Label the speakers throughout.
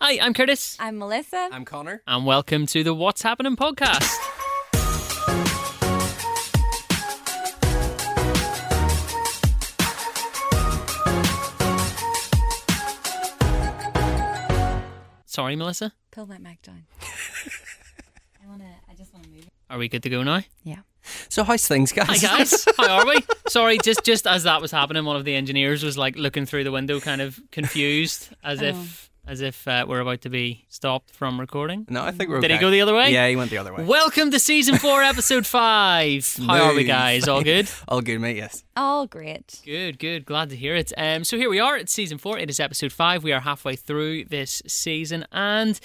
Speaker 1: Hi, I'm Curtis,
Speaker 2: I'm Melissa.
Speaker 3: I'm Connor.
Speaker 1: and welcome to the What's Happening podcast. Sorry, Melissa.
Speaker 2: Pull that mic down. I wanna. I just wanna move. it.
Speaker 1: Are we good to go now?
Speaker 2: Yeah.
Speaker 3: So how's things, guys?
Speaker 1: Hi guys, how are we? Sorry, just just as that was happening, one of the engineers was like looking through the window, kind of confused, as if as if uh, we're about to be stopped from recording.
Speaker 3: No, I think we're.
Speaker 1: Did he
Speaker 3: okay.
Speaker 1: go the other way?
Speaker 3: Yeah, he went the other way.
Speaker 1: Welcome to season four, episode five. How are we,
Speaker 3: Smooth.
Speaker 1: guys? All good?
Speaker 3: All good, mate. Yes.
Speaker 2: All Oh, great.
Speaker 1: Good, good. Glad to hear it. Um, so here we are at season four. It is episode five. We are halfway through this season, and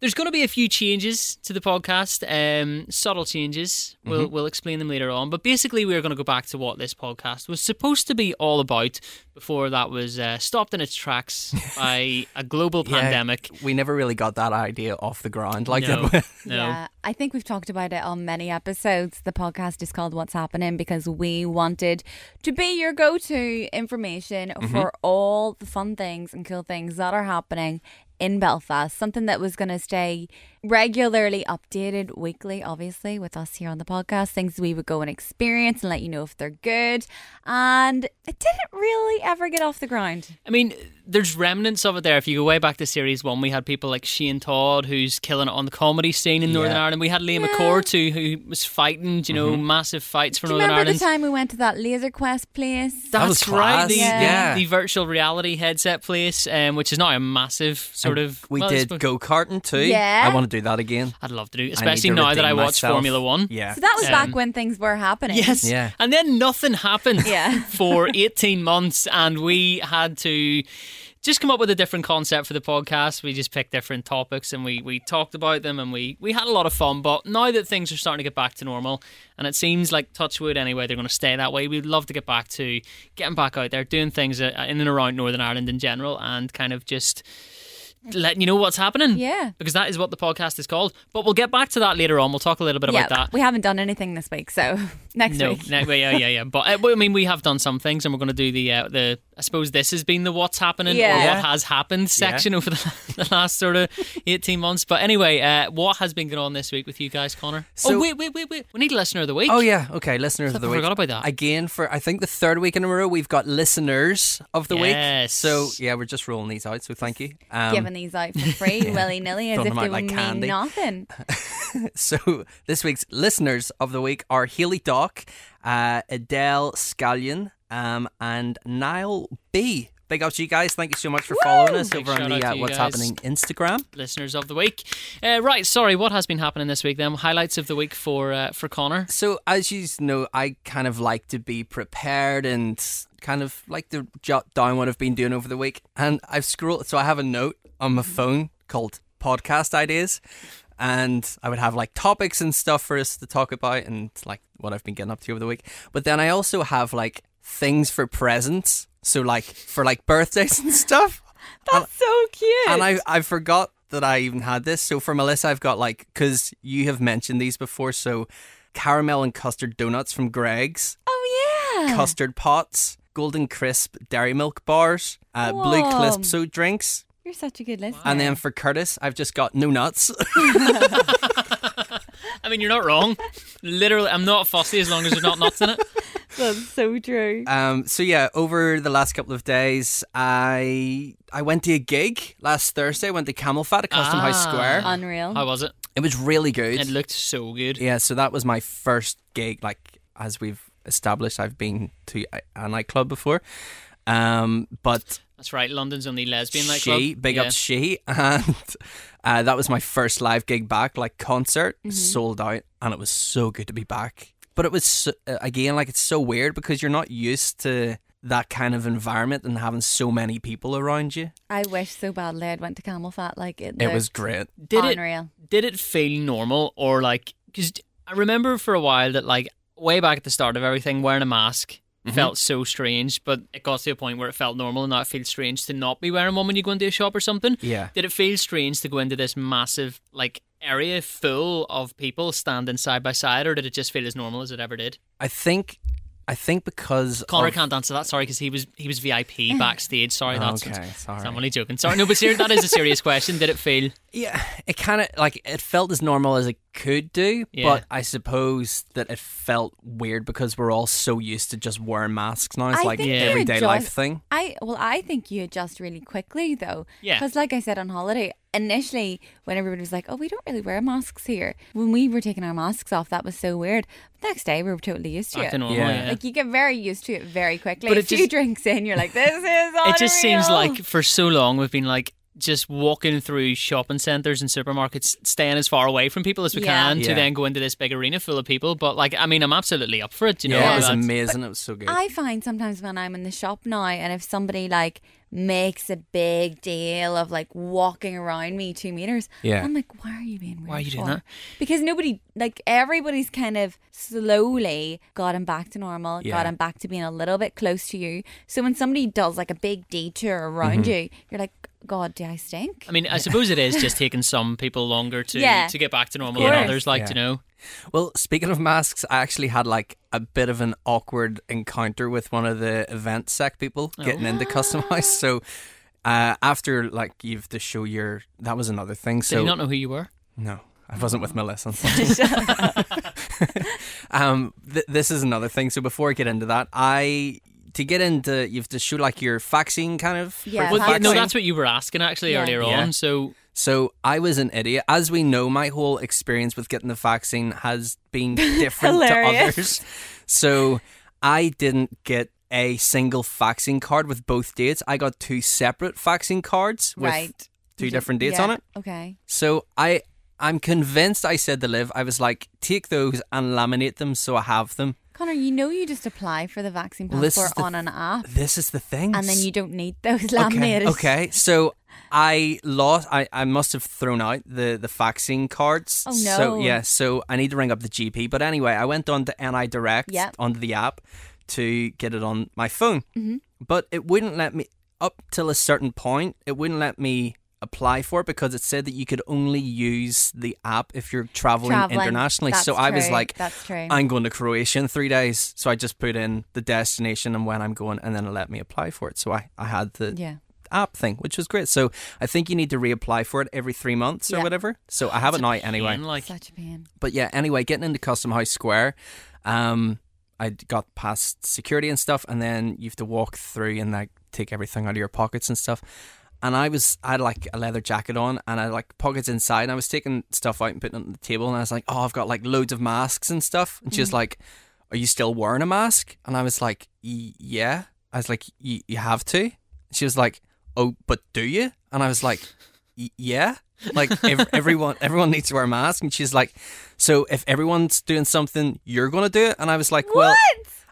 Speaker 1: there's going to be a few changes to the podcast. Um, subtle changes. We'll we'll explain them later on. But basically, we are going to go back to what this podcast was supposed to be all about before that was uh, stopped in its tracks by a global
Speaker 3: Yeah,
Speaker 1: pandemic.
Speaker 3: We never really got that idea off the ground. Like
Speaker 1: No,
Speaker 3: that.
Speaker 1: no.
Speaker 2: Yeah, I think we've talked about it on many episodes. The podcast is called What's Happening because we wanted to be your go to information
Speaker 3: Mm-hmm.
Speaker 2: for all the fun things and cool things that are happening in Belfast. Something that was going to stay regularly updated weekly, obviously, with us here on the podcast. Things we would go and experience and let you know if they're good. And it didn't really ever get off the ground.
Speaker 1: I mean, there's remnants of it there. If you go way back to series one, we had people like Shane Todd, who's killing it on the comedy scene in Northern
Speaker 3: Yeah. Mm-hmm.
Speaker 1: Ireland. We had Liam McCord too, who was fighting, you know, massive fights for
Speaker 2: Do you
Speaker 1: Northern
Speaker 2: remember
Speaker 1: Ireland.
Speaker 2: the time we went to that laser quest place?
Speaker 1: That's
Speaker 3: That was
Speaker 1: right,
Speaker 3: class.
Speaker 1: the,
Speaker 2: Yeah.
Speaker 1: the-
Speaker 3: Yeah.
Speaker 1: the virtual reality headset place, um, which is now a massive sort of.
Speaker 3: We
Speaker 1: well, I
Speaker 3: did
Speaker 1: suppose-
Speaker 3: go karting too.
Speaker 2: Yeah.
Speaker 3: I want to do that again.
Speaker 1: I'd love to do, it,
Speaker 3: I need
Speaker 1: especially
Speaker 3: to
Speaker 1: now that I
Speaker 3: redeem
Speaker 1: watch
Speaker 3: myself.
Speaker 1: Formula One.
Speaker 3: Yeah.
Speaker 2: So that was
Speaker 1: Um,
Speaker 2: back when things were happening.
Speaker 1: Yes.
Speaker 3: Yeah.
Speaker 1: And then nothing happened
Speaker 2: Yeah.
Speaker 1: for 18 months, and we had to just come up with a different concept for the podcast. We just picked different topics and we, we talked about them and we, we had a lot of fun. But now that things are starting to get back to normal, and it seems like Touchwood anyway, they're going to stay that way, we'd love to get back to getting back out there, doing things uh, in and around Northern Ireland in general, and kind of just letting you know what's happening.
Speaker 2: Yeah.
Speaker 1: Because that is what the podcast is called. But we'll get back to that later on. We'll talk a little bit
Speaker 2: Yeah,
Speaker 1: about that.
Speaker 2: we haven't done anything this week, so next
Speaker 1: No,
Speaker 2: week.
Speaker 1: no, yeah, yeah, yeah. But uh, well, I mean, we have done some things, and we're going to do the uh, the. I suppose this has been the what's happening or
Speaker 2: Yeah.
Speaker 1: what has happened section over the, the last sort of eighteen months. But anyway, uh, what has been going on this week with you guys, Connor? oh
Speaker 3: So-
Speaker 1: wait, wait, wait, wait. We need a listener of the week.
Speaker 3: Oh yeah. Okay, listeners of the
Speaker 1: I
Speaker 3: week.
Speaker 1: forgot about that.
Speaker 3: Again for I think the third week in a row we've got listeners of the week.
Speaker 1: Yes.
Speaker 3: So yeah, we're just rolling these out. So thank you. Um,
Speaker 2: Giving these out for free willy nilly as
Speaker 3: Throwing
Speaker 2: if
Speaker 3: them
Speaker 2: they
Speaker 3: out like
Speaker 2: would mean
Speaker 3: candy.
Speaker 2: nothing.
Speaker 3: So this week's listeners of the week are Healy Doc, uh, Adele Scallion, um, and Niall B. Big ups to you guys. Thank you so much for following us
Speaker 1: Big
Speaker 3: over
Speaker 1: shout
Speaker 3: on the
Speaker 1: out
Speaker 3: uh,
Speaker 1: to you
Speaker 3: What's
Speaker 1: guys.
Speaker 3: Happening Instagram.
Speaker 1: Listeners of the week, uh, right? Sorry, what has been happening this week? Then highlights of the week for uh, for Connor.
Speaker 3: So as you know, I kind of like to be prepared and kind of like to jot down what I've been doing over the week. And I've scrolled, so I have a note on my phone called podcast ideas. And I would have like topics and stuff for us to talk about and like what I've been getting up to over the week. But then I also have like things for presents. So like for like birthdays and stuff.
Speaker 2: That's so cute.
Speaker 3: And I I forgot that I even had this. So for Melissa, I've got like because you have mentioned these before. So caramel and custard donuts from Greg's,
Speaker 2: oh
Speaker 1: Uh-huh.
Speaker 2: yeah.
Speaker 3: custard pots, golden crisp dairy milk bars, uh, blue
Speaker 2: Whoa.
Speaker 3: crisp so drinks.
Speaker 2: You're such a good listener.
Speaker 3: And then for Curtis, I've just got no nuts.
Speaker 1: I mean, you're not wrong. Literally, I'm not fussy as long as there's not nuts in it.
Speaker 2: That's so true.
Speaker 3: um, so yeah, over the last couple of days, I I went to a gig last Thursday. I went to Camel Fat at Custom House
Speaker 1: Ah.
Speaker 3: Square.
Speaker 2: Unreal.
Speaker 1: How was it?
Speaker 3: it was really good.
Speaker 1: It looked so good.
Speaker 3: Yeah, so that was my first gig. Like as we've established, I've been to a- a nightclub before. Um, but
Speaker 1: That's right. London's only lesbian nightclub.
Speaker 3: she, big
Speaker 1: yeah.
Speaker 3: up she, and uh, that was my first live gig back, like concert, sold out, and it was so good to be back. But it was so, uh, again like it's so weird because you're not used to that kind of environment and having so many people around you.
Speaker 2: I wish so badly I'd went to Camel Fat. Like it.
Speaker 3: It was
Speaker 2: looked
Speaker 3: great.
Speaker 1: Did it
Speaker 2: unreal.
Speaker 1: did it feel normal or like because i remember for a while that like way back at the start of everything wearing a mask
Speaker 3: Mm-hmm.
Speaker 1: felt so strange but it got to a point where it felt normal and now it feels strange to not be wearing one when you go into a shop or something
Speaker 3: Yeah.
Speaker 1: did it feel strange to go into this massive like area full of people standing side by side or did it just feel as normal as it ever did
Speaker 3: I think I think because
Speaker 1: Connor
Speaker 3: of-
Speaker 1: can't answer that. Sorry, because he was he was VIP backstage. Sorry, that's
Speaker 3: Okay, sorry.
Speaker 1: I'm only joking. Sorry, no, but ser- that is a serious question. Did it feel?
Speaker 3: Yeah, it kind of like it felt as normal as it could do,
Speaker 1: Yeah.
Speaker 3: but I suppose that it felt weird because we're all so used to just wearing masks now. It's
Speaker 2: I
Speaker 3: like
Speaker 2: think
Speaker 1: Yeah.
Speaker 3: an
Speaker 2: you
Speaker 3: everyday
Speaker 2: adjust-
Speaker 3: life thing.
Speaker 2: I well, I think you adjust really quickly though.
Speaker 1: Yeah.
Speaker 2: Because like I said on holiday, initially when everybody was like, "Oh, we don't really wear masks here," when we were taking our masks off, that was so weird. The next day, we were totally used to
Speaker 1: Back
Speaker 2: it.
Speaker 1: to normal.
Speaker 3: Yeah.
Speaker 1: Yeah.
Speaker 2: Like you get very used to it very quickly.
Speaker 1: But
Speaker 2: But
Speaker 1: it
Speaker 2: a few
Speaker 1: just-
Speaker 2: drinks in, you're like, "This is."
Speaker 1: it just seems
Speaker 2: unreal."
Speaker 1: like for so long we've been like just walking through shopping centres and supermarkets, staying as far away from people as we
Speaker 2: Yeah.
Speaker 1: can to
Speaker 3: Yeah.
Speaker 1: then go into this big arena full of people. But like, I mean, I'm absolutely up for it. You know,
Speaker 3: yeah,
Speaker 2: Yeah.
Speaker 3: it was
Speaker 1: That's-
Speaker 3: amazing. it was so good.
Speaker 2: I find sometimes when I'm in the shop now, and if somebody like makes a big deal of like walking around me two meters,
Speaker 3: Yeah.
Speaker 2: I'm like, why are you being weird?
Speaker 1: Why are you doing
Speaker 2: for?"
Speaker 1: that?
Speaker 2: Because nobody, like everybody's kind of slowly gotten back to normal,
Speaker 3: Yeah.
Speaker 2: gotten back to being a little bit close to you. So when somebody does like a big detour
Speaker 1: Mm-hmm.
Speaker 2: around you, you're like, God, do I stink?
Speaker 1: I mean, I suppose it is just taking some people longer to
Speaker 2: Yeah.
Speaker 1: to get back to normal than
Speaker 2: course.
Speaker 1: others. Like,
Speaker 3: Yeah.
Speaker 1: you know,
Speaker 3: Well, speaking of masks, I actually had like a bit of an awkward encounter with one of the event sec people getting
Speaker 2: Oh.
Speaker 3: into Custom House. So uh, after like you've to show your that was another thing.
Speaker 1: did
Speaker 3: So
Speaker 1: you not know who you were?
Speaker 3: No, I wasn't with my lessons. um, th- this is another thing. So before I get into that, I to get into you have to show like your vaccine kind of.
Speaker 2: Yeah,
Speaker 3: your
Speaker 1: Well, th- no,
Speaker 3: vaccine.
Speaker 1: that's what you were asking actually
Speaker 2: Yeah.
Speaker 1: earlier
Speaker 3: Yeah.
Speaker 1: on. So
Speaker 3: So I was an idiot. As we know, my whole experience with getting the vaccine has been different to
Speaker 2: Hilarious.
Speaker 3: others. So I didn't get a single vaccine card with both dates. I got two separate vaccine cards with
Speaker 2: Right.
Speaker 3: two different dates
Speaker 2: Yeah,
Speaker 3: on it.
Speaker 2: Okay.
Speaker 3: So I I'm convinced I said to live. I was like, take those and laminate them so I have them.
Speaker 2: Connor, you know you just apply for the vaccine
Speaker 3: Well, this is
Speaker 2: passport
Speaker 3: the
Speaker 2: on an app.
Speaker 3: This is the thing.
Speaker 2: And then you don't need those
Speaker 3: okay.
Speaker 2: laminated.
Speaker 3: okay. So I lost I, I must have thrown out the, the vaccine cards.
Speaker 2: Oh,
Speaker 3: So
Speaker 2: no.
Speaker 3: yeah, so I need to ring up the GP. But anyway, I went on to NI Direct
Speaker 2: Yep.
Speaker 3: onto the app to get it on my phone. Mm-hmm. But it wouldn't let me up till a certain point, it wouldn't let me apply for it because it said that you could only use the app if you're traveling,
Speaker 2: Traveling.
Speaker 3: internationally. so
Speaker 2: That's
Speaker 3: I was
Speaker 2: true.
Speaker 3: like
Speaker 2: That's true.
Speaker 3: I'm going to Croatia in three days. So I just put in the destination and when I'm going, and then it let me apply for it. So I, I had the
Speaker 2: Yeah.
Speaker 3: app thing, which was great. So I think you need to reapply for it every three months or
Speaker 2: Yeah.
Speaker 3: whatever. So I have it
Speaker 1: It's a
Speaker 3: now anyway.
Speaker 1: pain, like,
Speaker 2: Such a pain.
Speaker 3: But yeah, anyway, getting into Custom House Square, um, I got past security and stuff, and then you have to walk through and like take everything out of your pockets and stuff. And I was, I had like a leather jacket on, and I had like pockets inside, and I was taking stuff out and putting it on the table, and I was like, oh, I've got like loads of masks and stuff. And she was like, are you still wearing a mask? And I was like, "Y- yeah. I was like, "Y- you have to. She was like, oh, but do you? And I was like, "Y- yeah. Like ev- everyone, everyone needs to wear a mask. And she's like, so if everyone's doing something, you're gonna do it. And I was like, well,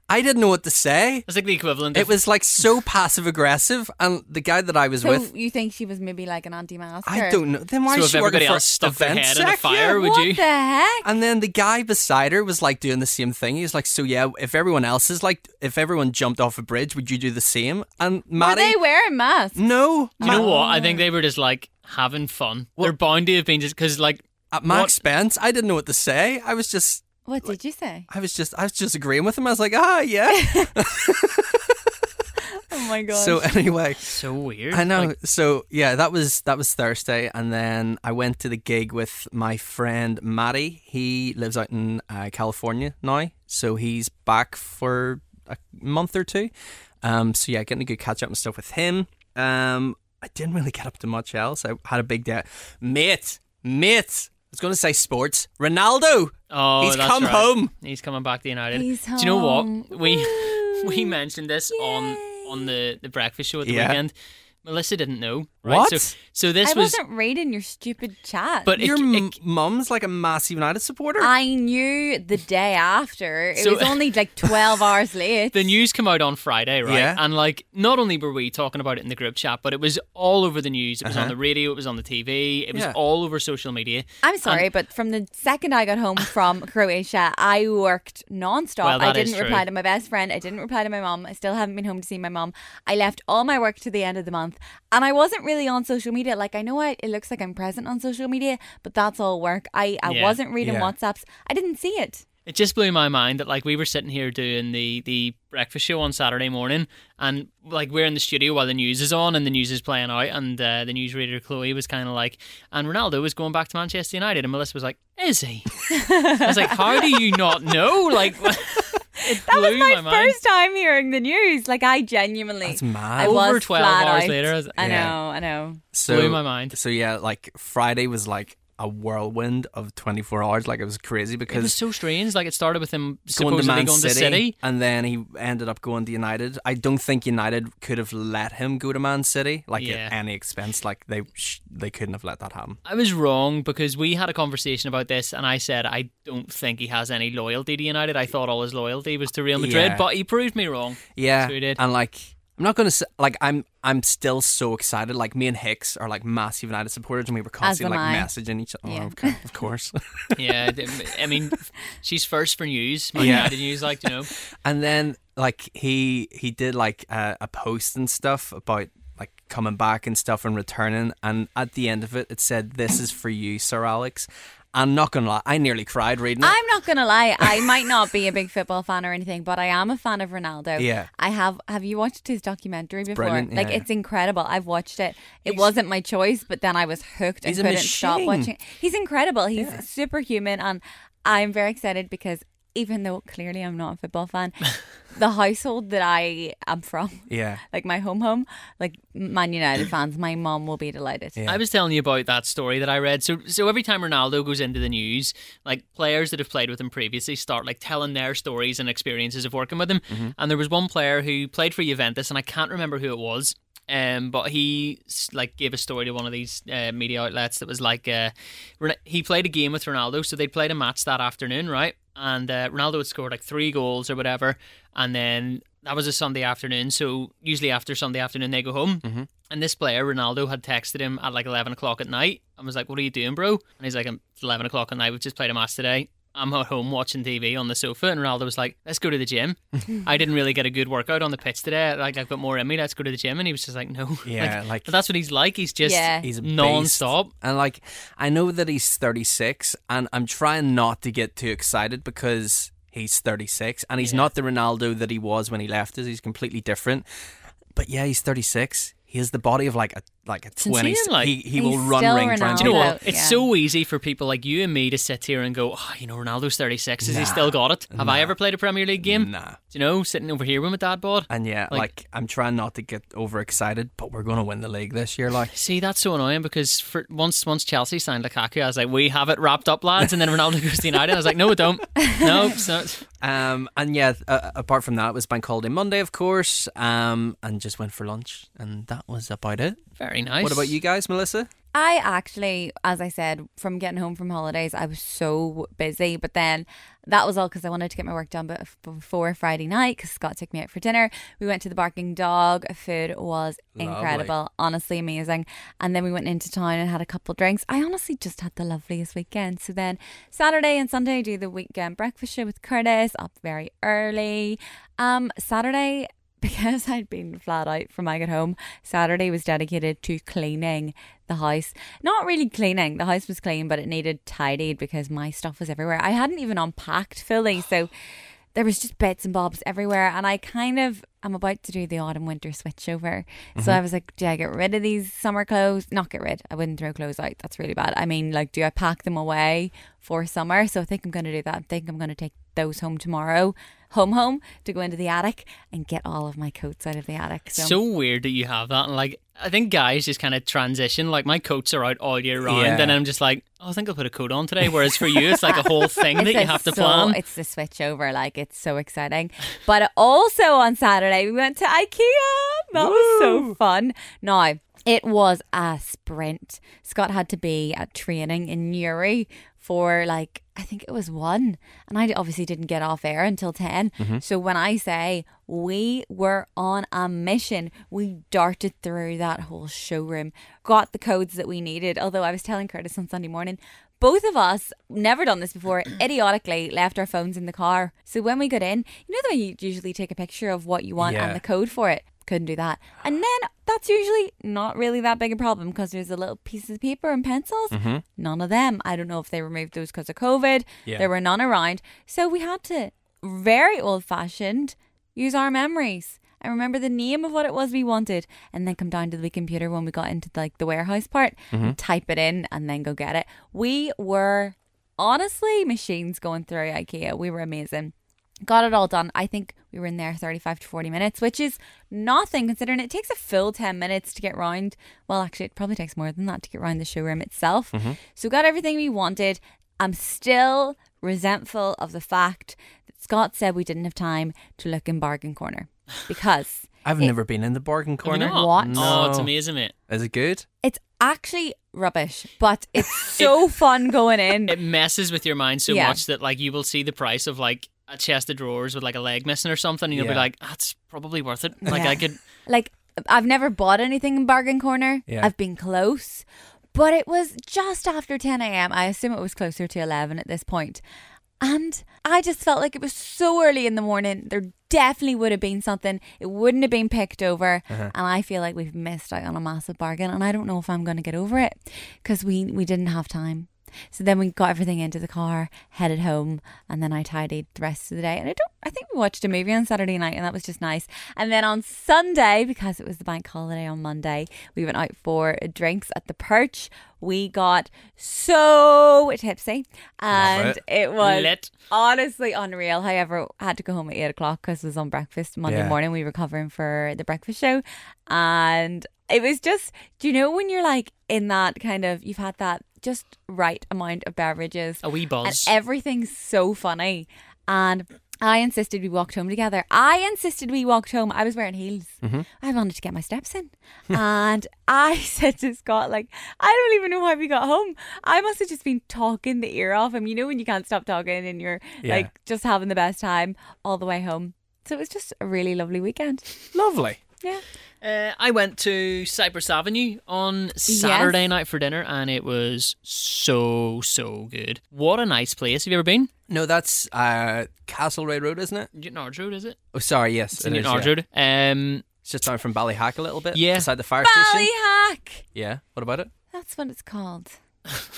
Speaker 3: I didn't know what to say.
Speaker 1: it's like the equivalent.
Speaker 3: It
Speaker 1: of,
Speaker 3: was like so passive aggressive, and the guy that I was
Speaker 2: So
Speaker 3: with.
Speaker 2: you think she was maybe like an anti-masker?
Speaker 3: I don't know. Then why
Speaker 1: So
Speaker 3: is
Speaker 1: if
Speaker 3: she working
Speaker 1: everybody
Speaker 3: for
Speaker 1: else stuck their
Speaker 3: event
Speaker 1: head in a
Speaker 3: sec?
Speaker 1: fire,
Speaker 3: Yeah.
Speaker 1: would
Speaker 2: What
Speaker 1: you?
Speaker 2: the heck?
Speaker 3: And then the guy beside her was like doing the same thing. He was like, "So yeah, if everyone else is like, if everyone jumped off a bridge, would you do the same?" And
Speaker 2: Were
Speaker 3: Maddie,
Speaker 2: they wearing masks?
Speaker 3: Mm, no,
Speaker 1: you know what?
Speaker 2: Oh.
Speaker 1: I think they were just like having fun. They're bound to have been just because like
Speaker 3: at my
Speaker 1: What?
Speaker 3: expense, I didn't know what to say. I was just,
Speaker 2: What did you say?
Speaker 3: I was just, I was just agreeing with him. I was like, "Ah, yeah."
Speaker 2: Oh my god.
Speaker 3: so anyway,
Speaker 1: so weird.
Speaker 3: I know.
Speaker 1: Like,
Speaker 3: so yeah, that was that was Thursday, and then I went to the gig with my friend Matty. He lives out in uh, California now, so he's back for a month or two. Um, so yeah, getting a good catch up and stuff with him. Um, I didn't really get up to much else. I had a big day, mate, mate. I was going to say sports. Ronaldo,
Speaker 1: oh,
Speaker 3: he's
Speaker 1: that's
Speaker 3: come
Speaker 1: right.
Speaker 3: home.
Speaker 1: He's coming back to United.
Speaker 2: He's
Speaker 1: Do you know
Speaker 2: home.
Speaker 1: what we
Speaker 2: Woo.
Speaker 1: we mentioned this on
Speaker 2: Yay.
Speaker 1: on the the breakfast show at the
Speaker 3: Yeah.
Speaker 1: weekend? Melissa didn't know. Right?
Speaker 3: What?
Speaker 1: So, so this
Speaker 2: I
Speaker 1: was.
Speaker 2: wasn't reading your stupid chat.
Speaker 1: But it-
Speaker 3: Your
Speaker 1: it-
Speaker 3: m- mum's like a massive United supporter.
Speaker 2: I knew the day after. It
Speaker 1: So-
Speaker 2: was only like twelve hours late.
Speaker 1: the news came out on Friday, right?
Speaker 3: Yeah.
Speaker 1: And like, not only were we talking about it in the group chat, but it was all over the news. It was on the radio. It was on the TV. It was
Speaker 3: Uh-huh. Yeah.
Speaker 1: all over social media.
Speaker 2: I'm sorry, but from the second I got home from Croatia, I worked nonstop.
Speaker 1: Well,
Speaker 2: I
Speaker 1: that is
Speaker 2: didn't
Speaker 1: true.
Speaker 2: reply to my best friend. I didn't reply to my mom. I still haven't been home to see my mom. I left all my work to the end of the month, and I wasn't really on social media. Like I know I, it looks like I'm present on social media, but that's all work. I I
Speaker 1: Yeah.
Speaker 2: wasn't reading
Speaker 3: Yeah.
Speaker 2: WhatsApps. I didn't see it.
Speaker 1: it just blew my mind that like we were sitting here doing the the breakfast show on Saturday morning, and like we're in the studio while the news is on and the news is playing out, and uh, the newsreader Chloe was kind of like, and Ronaldo was going back to Manchester United, and Melissa was like, is he? I was like, how do you not know? Like. It
Speaker 2: That was
Speaker 1: blew
Speaker 2: my,
Speaker 1: mind.
Speaker 2: first time hearing the news. Like I genuinely,
Speaker 3: That's mad.
Speaker 2: I
Speaker 1: Over 12
Speaker 2: was flat
Speaker 1: hours
Speaker 2: out.
Speaker 1: later, I was-
Speaker 2: I
Speaker 3: Yeah.
Speaker 2: know, I know.
Speaker 3: so
Speaker 1: blew my mind.
Speaker 3: So yeah, like Friday was like a whirlwind of 24 hours. Like it was crazy
Speaker 1: It was
Speaker 3: because
Speaker 1: so strange. Like it started with him
Speaker 3: going
Speaker 1: supposedly
Speaker 3: to Man
Speaker 1: going to
Speaker 3: City,
Speaker 1: City.
Speaker 3: and then he ended up going to United. I don't think United could have let him go to Man City like
Speaker 1: Yeah.
Speaker 3: at any expense. Like they sh- they couldn't have let that happen.
Speaker 1: I was wrong because we had a conversation about this, and I said I don't think he has any loyalty to United. I thought all his loyalty was to Real Madrid,
Speaker 3: Yeah.
Speaker 1: but he proved me wrong.
Speaker 3: Yeah,
Speaker 1: So he did.
Speaker 3: and like I'm not gonna s like I'm I'm still so excited. Like me and Hicks are like massive United supporters, and we were constantly
Speaker 2: am
Speaker 3: like
Speaker 2: I.
Speaker 3: messaging each other.
Speaker 2: Yeah.
Speaker 3: Oh, okay, of course.
Speaker 1: Yeah, I- I mean, she's first for news. My
Speaker 3: Yeah.
Speaker 1: United news, like you know,
Speaker 3: and then like he he did like a, a post and stuff about like coming back and stuff and returning and at the end of it it said this is for you sir alex i'm not gonna lie i nearly cried reading it
Speaker 2: I'm not gonna lie. I might not be a big football fan or anything, but I am a fan of Ronaldo.
Speaker 3: Yeah.
Speaker 2: I have. Have you watched his documentary before?
Speaker 3: brilliant,
Speaker 2: Like
Speaker 3: yeah.
Speaker 2: it's incredible. I've watched it. It wasn't my choice, but then I was hooked and
Speaker 3: He's a
Speaker 2: couldn't stop
Speaker 3: machine.
Speaker 2: watching. He's incredible. He's superhuman, and I'm very excited because even though clearly I'm not a football fan, the household that I am from.
Speaker 3: yeah
Speaker 2: Like my home, home, like Man United fans, my mom will be delighted.
Speaker 3: Yeah.
Speaker 1: I was telling you about that story that I read. So, so every time Ronaldo goes into the news, like players that have played with him previously start like telling their stories and experiences of working with him. And there was one player who played for Juventus, and I can't remember who it was. Um, but he s- like gave a story to one of these uh, media outlets that was like, uh, Ren- he played a game with Ronaldo, so they played a match that afternoon, right? And uh, Ronaldo had scored like three goals or whatever, and then that was a Sunday afternoon. So usually after Sunday afternoon, they go home. And this player, Ronaldo, had texted him at like 11 o'clock at night and was like, What are you doing, bro? And he's like, "I'm- It's 11 o'clock at night. We've just played a match today. I'm at home watching TV on the sofa. And Ronaldo was like, Let's go to the gym. I didn't really get a good workout on the pitch today. Like, I've got more in me. Let's go to the gym. And he was just like, No.
Speaker 3: Yeah, like-
Speaker 1: but that's what he's like. He's just
Speaker 2: Yeah.
Speaker 3: he's a
Speaker 1: non
Speaker 3: beast.
Speaker 1: stop.
Speaker 3: and like i know that he's 36 and i'm trying not to get too excited because he's 36 and he's not the ronaldo that he was when he left us he's completely different but yeah he's 36 he has the body of like a like a 20
Speaker 1: insane, like-
Speaker 3: he, he
Speaker 2: He's
Speaker 3: will run
Speaker 2: still
Speaker 3: ring
Speaker 2: Ronaldo.
Speaker 1: Do you know
Speaker 2: Yeah.
Speaker 1: what? It's
Speaker 2: Yeah.
Speaker 1: so easy for people like you and me to sit here and go, oh, you know, Ronaldo's 36. Has he
Speaker 3: Nah. Mm.
Speaker 1: still got it? Have I ever played a Premier League game?
Speaker 3: nah
Speaker 1: Do you know, sitting over here with my dad bod?
Speaker 3: And yeah,
Speaker 1: Like-
Speaker 3: like, I'm trying not to get overexcited, but we're gonna win the league this year. Like,
Speaker 1: See, that's so annoying because for once once Chelsea signed Lukaku, I was like, we have it wrapped up, lads. And then Ronaldo goes to United. I was like, no, we don't. No, it's not.
Speaker 3: um, and yeah, uh, apart from that, it was Bank Holiday Monday, of course. Um, and just went for lunch, and that was about it.
Speaker 1: Very nice.
Speaker 3: What about you guys, Melissa?
Speaker 2: I actually, as I said, from getting home from holidays, I was so busy. But then that was all because I wanted to get my work done be- before Friday night because Scott took me out for dinner. We went to the Barking Dog. Food was incredible, honestly amazing. And then we went into town and had a couple drinks. I honestly just had the loveliest weekend. So then Saturday and Sunday, I do the weekend breakfast show with Curtis, up very early. Um, Saturday, because I'd been flat out from I got home, Saturday was dedicated to cleaning the house. Not really cleaning, the house was clean, but it needed tidied because my stuff was everywhere. I hadn't even unpacked fully, so there was just bits and bobs everywhere. And I kind of, I'm about to do the autumn winter switchover.
Speaker 1: Mm-hmm.
Speaker 2: So I was like, do I get rid of these summer clothes? Not get rid. I wouldn't throw clothes out. That's really bad. I mean, like, do I pack them away for summer? So I think I'm going to do that. I think I'm going to take those home tomorrow, home, home, to go into the attic and get all of my coats out of the attic. So,
Speaker 1: So weird that you have that. And like, I think guys just kind of transition. Like, my coats are out all year round,
Speaker 3: Yeah.
Speaker 1: and I'm just like, oh, I think I'll put a coat on today. Whereas for you, it's like a whole thing that you
Speaker 2: It's
Speaker 1: have to
Speaker 2: so-
Speaker 1: plan.
Speaker 2: It's the switch over, like it's so exciting. But also on Saturday we went to IKEA. That was so fun. Now it was a sprint. Scott had to be at training in Newry for like I think it was one, and I obviously didn't get off air until 10 So when I say we were on a mission, we darted through that whole showroom, got the codes that we needed. Although I was telling Curtis on Sunday morning, both of us never done this before idiotically left our phones in the car so when we got in you know the way you usually take a picture of what you want
Speaker 3: Yeah.
Speaker 2: and the code for it couldn't do that. And then that's usually not really that big a problem because there's the little pieces of paper and pencils. None of them. I don't know if they removed those because of COVID.
Speaker 3: Yeah.
Speaker 2: There were none around. So we had to, very old fashioned, use our memories. and remember the name of what it was we wanted, and then come down to the computer when we got into like the warehouse part, and type it in, and then go get it. We were honestly machines going through IKEA. We were amazing got it all done. I think we were in there 35 to 40 minutes, which is nothing considering it takes a full 10 minutes to get round. Well, actually, it probably takes more than that to get round the showroom itself. So, got everything we wanted. I'm still resentful of the fact that Scott said we didn't have time to look in Bargain Corner because
Speaker 3: I've never been in the bargain corner.
Speaker 1: not?
Speaker 2: What?
Speaker 1: Oh, it's
Speaker 3: No.
Speaker 1: amazing, mate.
Speaker 3: Is it good?
Speaker 2: it's actually rubbish, but it's so fun going in.
Speaker 1: It messes with your mind so
Speaker 2: Yeah.
Speaker 1: much that like you will see the price of like a chest of drawers with like a leg missing or something, and you'll
Speaker 3: Yeah.
Speaker 1: be like, that's probably worth it. Like
Speaker 2: Yeah.
Speaker 1: I could.
Speaker 2: like I've never bought anything in Bargain Corner.
Speaker 3: Yeah.
Speaker 2: I've been close, but it was just after 10 a.m. I assume it was closer to 11 at this point. And I just felt like it was so early in the morning. There definitely would have been something. It wouldn't have been picked over. And I feel like we've missed out on a massive bargain. And I don't know if I'm going to get over it because we, we didn't have time. So then we got everything into the car, headed home, and then I tidied the rest of the day. And I don't I think we watched a movie on Saturday night and that was just nice. And then on Sunday, because it was the bank holiday on Monday, we went out for drinks at the perch. We got so tipsy. And
Speaker 3: it.
Speaker 2: it. was
Speaker 1: Lit.
Speaker 2: honestly unreal. However, I had to go home at eight o'clock because it was on breakfast Monday
Speaker 3: Yeah.
Speaker 2: morning. We were covering for the breakfast show. And it was just, do you know when you're like in that kind of, you've had that just right amount of beverages?
Speaker 1: A wee buzz.
Speaker 2: And everything's so funny. And I insisted we walked home together. I insisted we walked home. I was wearing heels. I wanted to get my steps in. and I said to Scott, like, I don't even know how we got home. I must have just been talking the ear off him. You know when you can't stop talking and you're
Speaker 3: Yeah.
Speaker 2: like just having the best time all the way home. So it was just a really lovely weekend.
Speaker 3: Lovely.
Speaker 2: Yeah.
Speaker 1: Uh, I went to Cypress Avenue on Saturday night for dinner, and it was so so good. What a nice place! Have you ever been?
Speaker 3: No, that's uh, Castlereagh Road, isn't it?
Speaker 1: Newton Road, is it?
Speaker 3: Oh, sorry. Yes,
Speaker 1: It's
Speaker 3: it
Speaker 1: in
Speaker 3: is,
Speaker 1: Newton
Speaker 3: yeah.
Speaker 1: Road. Um,
Speaker 3: It's just down from Ballyhack a little bit.
Speaker 1: Yeah.
Speaker 3: Beside the fire station.
Speaker 2: Ballyhack.
Speaker 3: Yeah. What about it?
Speaker 2: That's what it's called.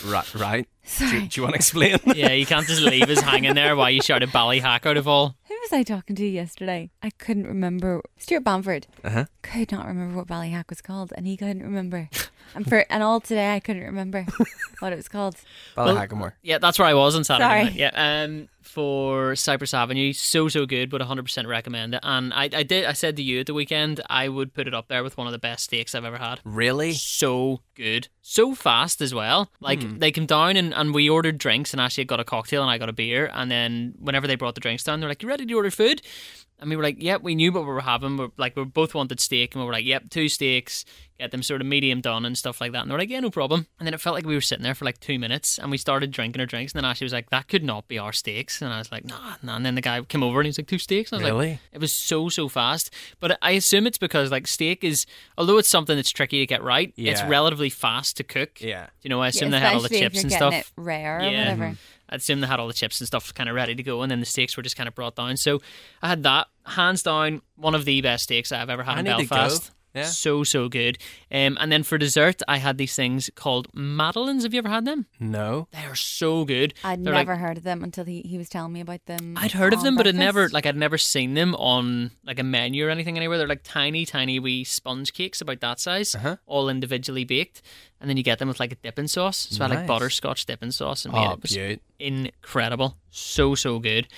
Speaker 3: Right. Right. Do,
Speaker 2: Sorry.
Speaker 3: do you want to explain?
Speaker 1: yeah, you can't just leave us hanging there while you shouted ballyhack out of all.
Speaker 2: Who was I talking to yesterday? I couldn't remember. Stuart Bamford.
Speaker 3: Uh-huh.
Speaker 2: Could not remember what Ballyhack was called, and he couldn't remember. and for and all today, I couldn't remember what it was called.
Speaker 3: Ballyhackamore.
Speaker 1: Yeah, that's where I was on Saturday
Speaker 2: Sorry.
Speaker 1: night. Yeah, um, for Cypress Avenue, so so good. Would 100% recommend it. And I, I did. I said to you at the weekend, I would put it up there with one of the best steaks I've ever had.
Speaker 3: Really?
Speaker 1: So good, so fast as well. Like they came down and, and we ordered drinks, and Ashley got a cocktail and I got a beer. And then whenever they brought the drinks down, they're like, "You ready to order food?" And we were like, "Yep, we knew what we were having. We're like, we both wanted steak, and we were like, "Yep, two steaks, get them sort of medium done and stuff like that." And they're like, "Yeah, no problem." And then it felt like we were sitting there for like two minutes, and we started drinking our drinks. And then Ashley was like, "That could not be our steaks," and I was like, "Nah, nah." And then the guy came over and he's like, two steaks." And I was like,
Speaker 3: Really?
Speaker 1: it was so so fast, but I assume it's because like steak is, although it's something that's tricky to get right, it's
Speaker 3: Yeah.
Speaker 1: relatively fast to cook.
Speaker 3: Yeah.
Speaker 1: You know, I assume
Speaker 2: Yeah,
Speaker 1: they had all the
Speaker 2: especially if
Speaker 1: chips
Speaker 2: you're
Speaker 1: and
Speaker 2: getting
Speaker 1: stuff.
Speaker 2: It rare or
Speaker 1: Yeah. Mm-hmm.
Speaker 2: whatever.
Speaker 1: I assume they had all the chips and stuff kind of ready to go, and then the steaks were just kind of brought down. So I had that hands down one of the best steaks I've ever had
Speaker 3: I
Speaker 1: in
Speaker 3: need to go.
Speaker 1: Belfast.
Speaker 3: Yeah.
Speaker 1: So so good. Um, and then for dessert, I had these things called madeleines. Have you ever had them?
Speaker 3: No.
Speaker 1: They are so good.
Speaker 2: I'd
Speaker 1: They're like-
Speaker 2: never heard of them until he, he was telling me about them.
Speaker 1: I'd heard of
Speaker 2: on
Speaker 1: them,
Speaker 3: Oh,
Speaker 1: but I'd never
Speaker 2: breakfast.
Speaker 1: like I'd never seen them on like a menu or anything anywhere. They're like tiny, tiny wee sponge cakes about that size,
Speaker 3: Uh-huh.
Speaker 1: all individually baked, and then you get them with like a dipping sauce. So I had like
Speaker 3: Nice.
Speaker 1: butterscotch dipping sauce, and we had
Speaker 3: Oh,
Speaker 1: it. It was
Speaker 3: beaut.
Speaker 1: incredible, so so good.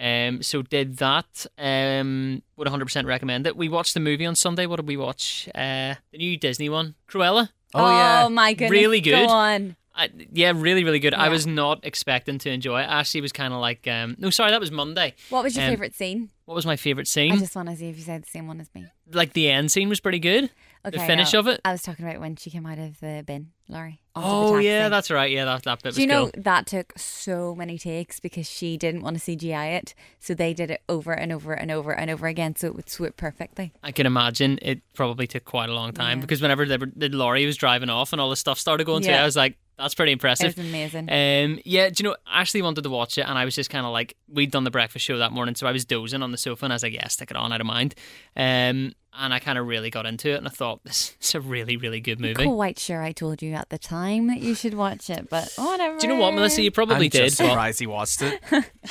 Speaker 1: Um, so did that. Um, would 100% recommend it. We watched the movie on Sunday. What did we watch? Uh, the new Disney one, Cruella.
Speaker 3: Oh,
Speaker 2: Oh
Speaker 3: yeah.
Speaker 1: Um,
Speaker 2: my goodness.
Speaker 1: Really good.
Speaker 2: Go on.
Speaker 1: I, yeah, really, really good. I
Speaker 2: Yeah.
Speaker 1: was not expecting to enjoy it. Ashley was kind of like, um, no, sorry, that was Monday.
Speaker 2: What was your
Speaker 1: Um,
Speaker 2: favorite scene?
Speaker 1: What was my favorite
Speaker 2: I
Speaker 1: scene?
Speaker 2: just want to see if you said the same one as me.
Speaker 1: like the end scene was pretty good.
Speaker 2: Okay.
Speaker 1: the finish
Speaker 2: no,
Speaker 1: of it.
Speaker 2: I was talking about when she came out of the bin, Laurie. onto the
Speaker 1: Oh
Speaker 2: taxi.
Speaker 1: yeah, that's right. Yeah, that that bit
Speaker 2: Do
Speaker 1: was
Speaker 2: you know
Speaker 1: cool.
Speaker 2: that took so many takes because she didn't want to CGI it, so they did it over and over and over and over again, so it would suit perfectly.
Speaker 1: I can imagine it probably took quite a long time
Speaker 2: Yeah.
Speaker 1: because whenever the, the lorry was driving off and all the stuff started going through,
Speaker 2: Yeah.
Speaker 1: I was like, "That's pretty
Speaker 2: It
Speaker 1: impressive."
Speaker 2: was amazing.
Speaker 1: Um, yeah, do you know Ashley wanted to watch it, and I was just kind of like, we'd done the breakfast show that morning, so I was dozing on the sofa, and I was like, "Yeah, stick it on, I don't mind." Um, and I kind of really got into it, and I thought this is a really, really good movie.
Speaker 2: Quite sure I told you at the time that you should watch it, but whatever.
Speaker 1: Do you know what, Melissa? You probably
Speaker 3: I'm
Speaker 1: did.
Speaker 3: just
Speaker 1: but
Speaker 3: surprised he watched it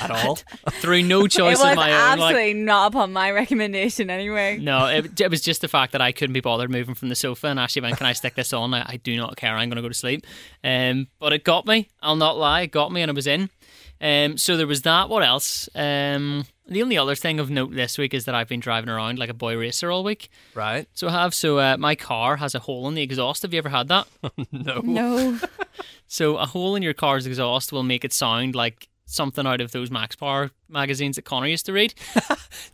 Speaker 3: at all.
Speaker 1: through no
Speaker 2: It
Speaker 1: choice
Speaker 2: was
Speaker 1: of my own. Like,
Speaker 2: absolutely not upon my recommendation anyway.
Speaker 1: No, it, it was just the fact that I couldn't be bothered moving from the sofa, and Ashley went, "Can I stick this on? I, I do not care. I'm going to go to sleep." Um, but it got me. I'll not lie, it got me, and I was in. Um, so there was that. What else? Um, the only other thing of note this week is that I've been driving around like a boy racer all week.
Speaker 3: right?
Speaker 1: So I have. So uh, my car has a hole in the exhaust. Have you ever had that?
Speaker 2: No.
Speaker 1: So a hole in your car's exhaust will make it sound like something out of those Max Power magazines that Connor used to read.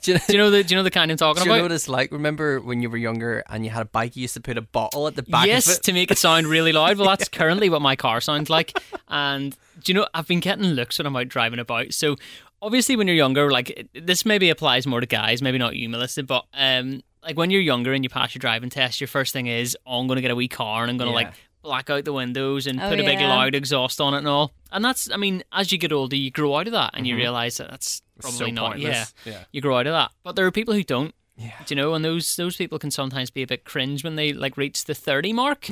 Speaker 3: Do you know,
Speaker 1: Do you know the Do you know the kind I'm talking
Speaker 3: do you know
Speaker 1: about?
Speaker 3: what it's like? Remember when you were younger and you had a bike, you used to put a bottle at the back
Speaker 1: yes,
Speaker 3: of it?
Speaker 1: to make it sound really loud. Well, that's currently what my car sounds like. And do you know, I've been getting looks when I'm out driving about. So obviously, when you're younger, like it- this maybe applies more to guys, maybe not you, Melissa, but um, like when you're younger and you pass your driving test, your first thing is, oh, I'm going to get a wee car and I'm going to
Speaker 3: Yeah.
Speaker 1: like black out the windows and
Speaker 2: Oh,
Speaker 1: put a big
Speaker 2: yeah.
Speaker 1: loud exhaust on it and all. And that's, I mean, as you get older, you grow out of that and you realize that that's
Speaker 3: Mm-hmm. It's
Speaker 1: probably
Speaker 3: so
Speaker 1: not. Yeah
Speaker 3: pointless. yeah.
Speaker 1: you grow out of that. But there are people who don't.
Speaker 3: Yeah.
Speaker 1: Do you know? And those those people can sometimes be a bit cringe when they like reach the thirty mark,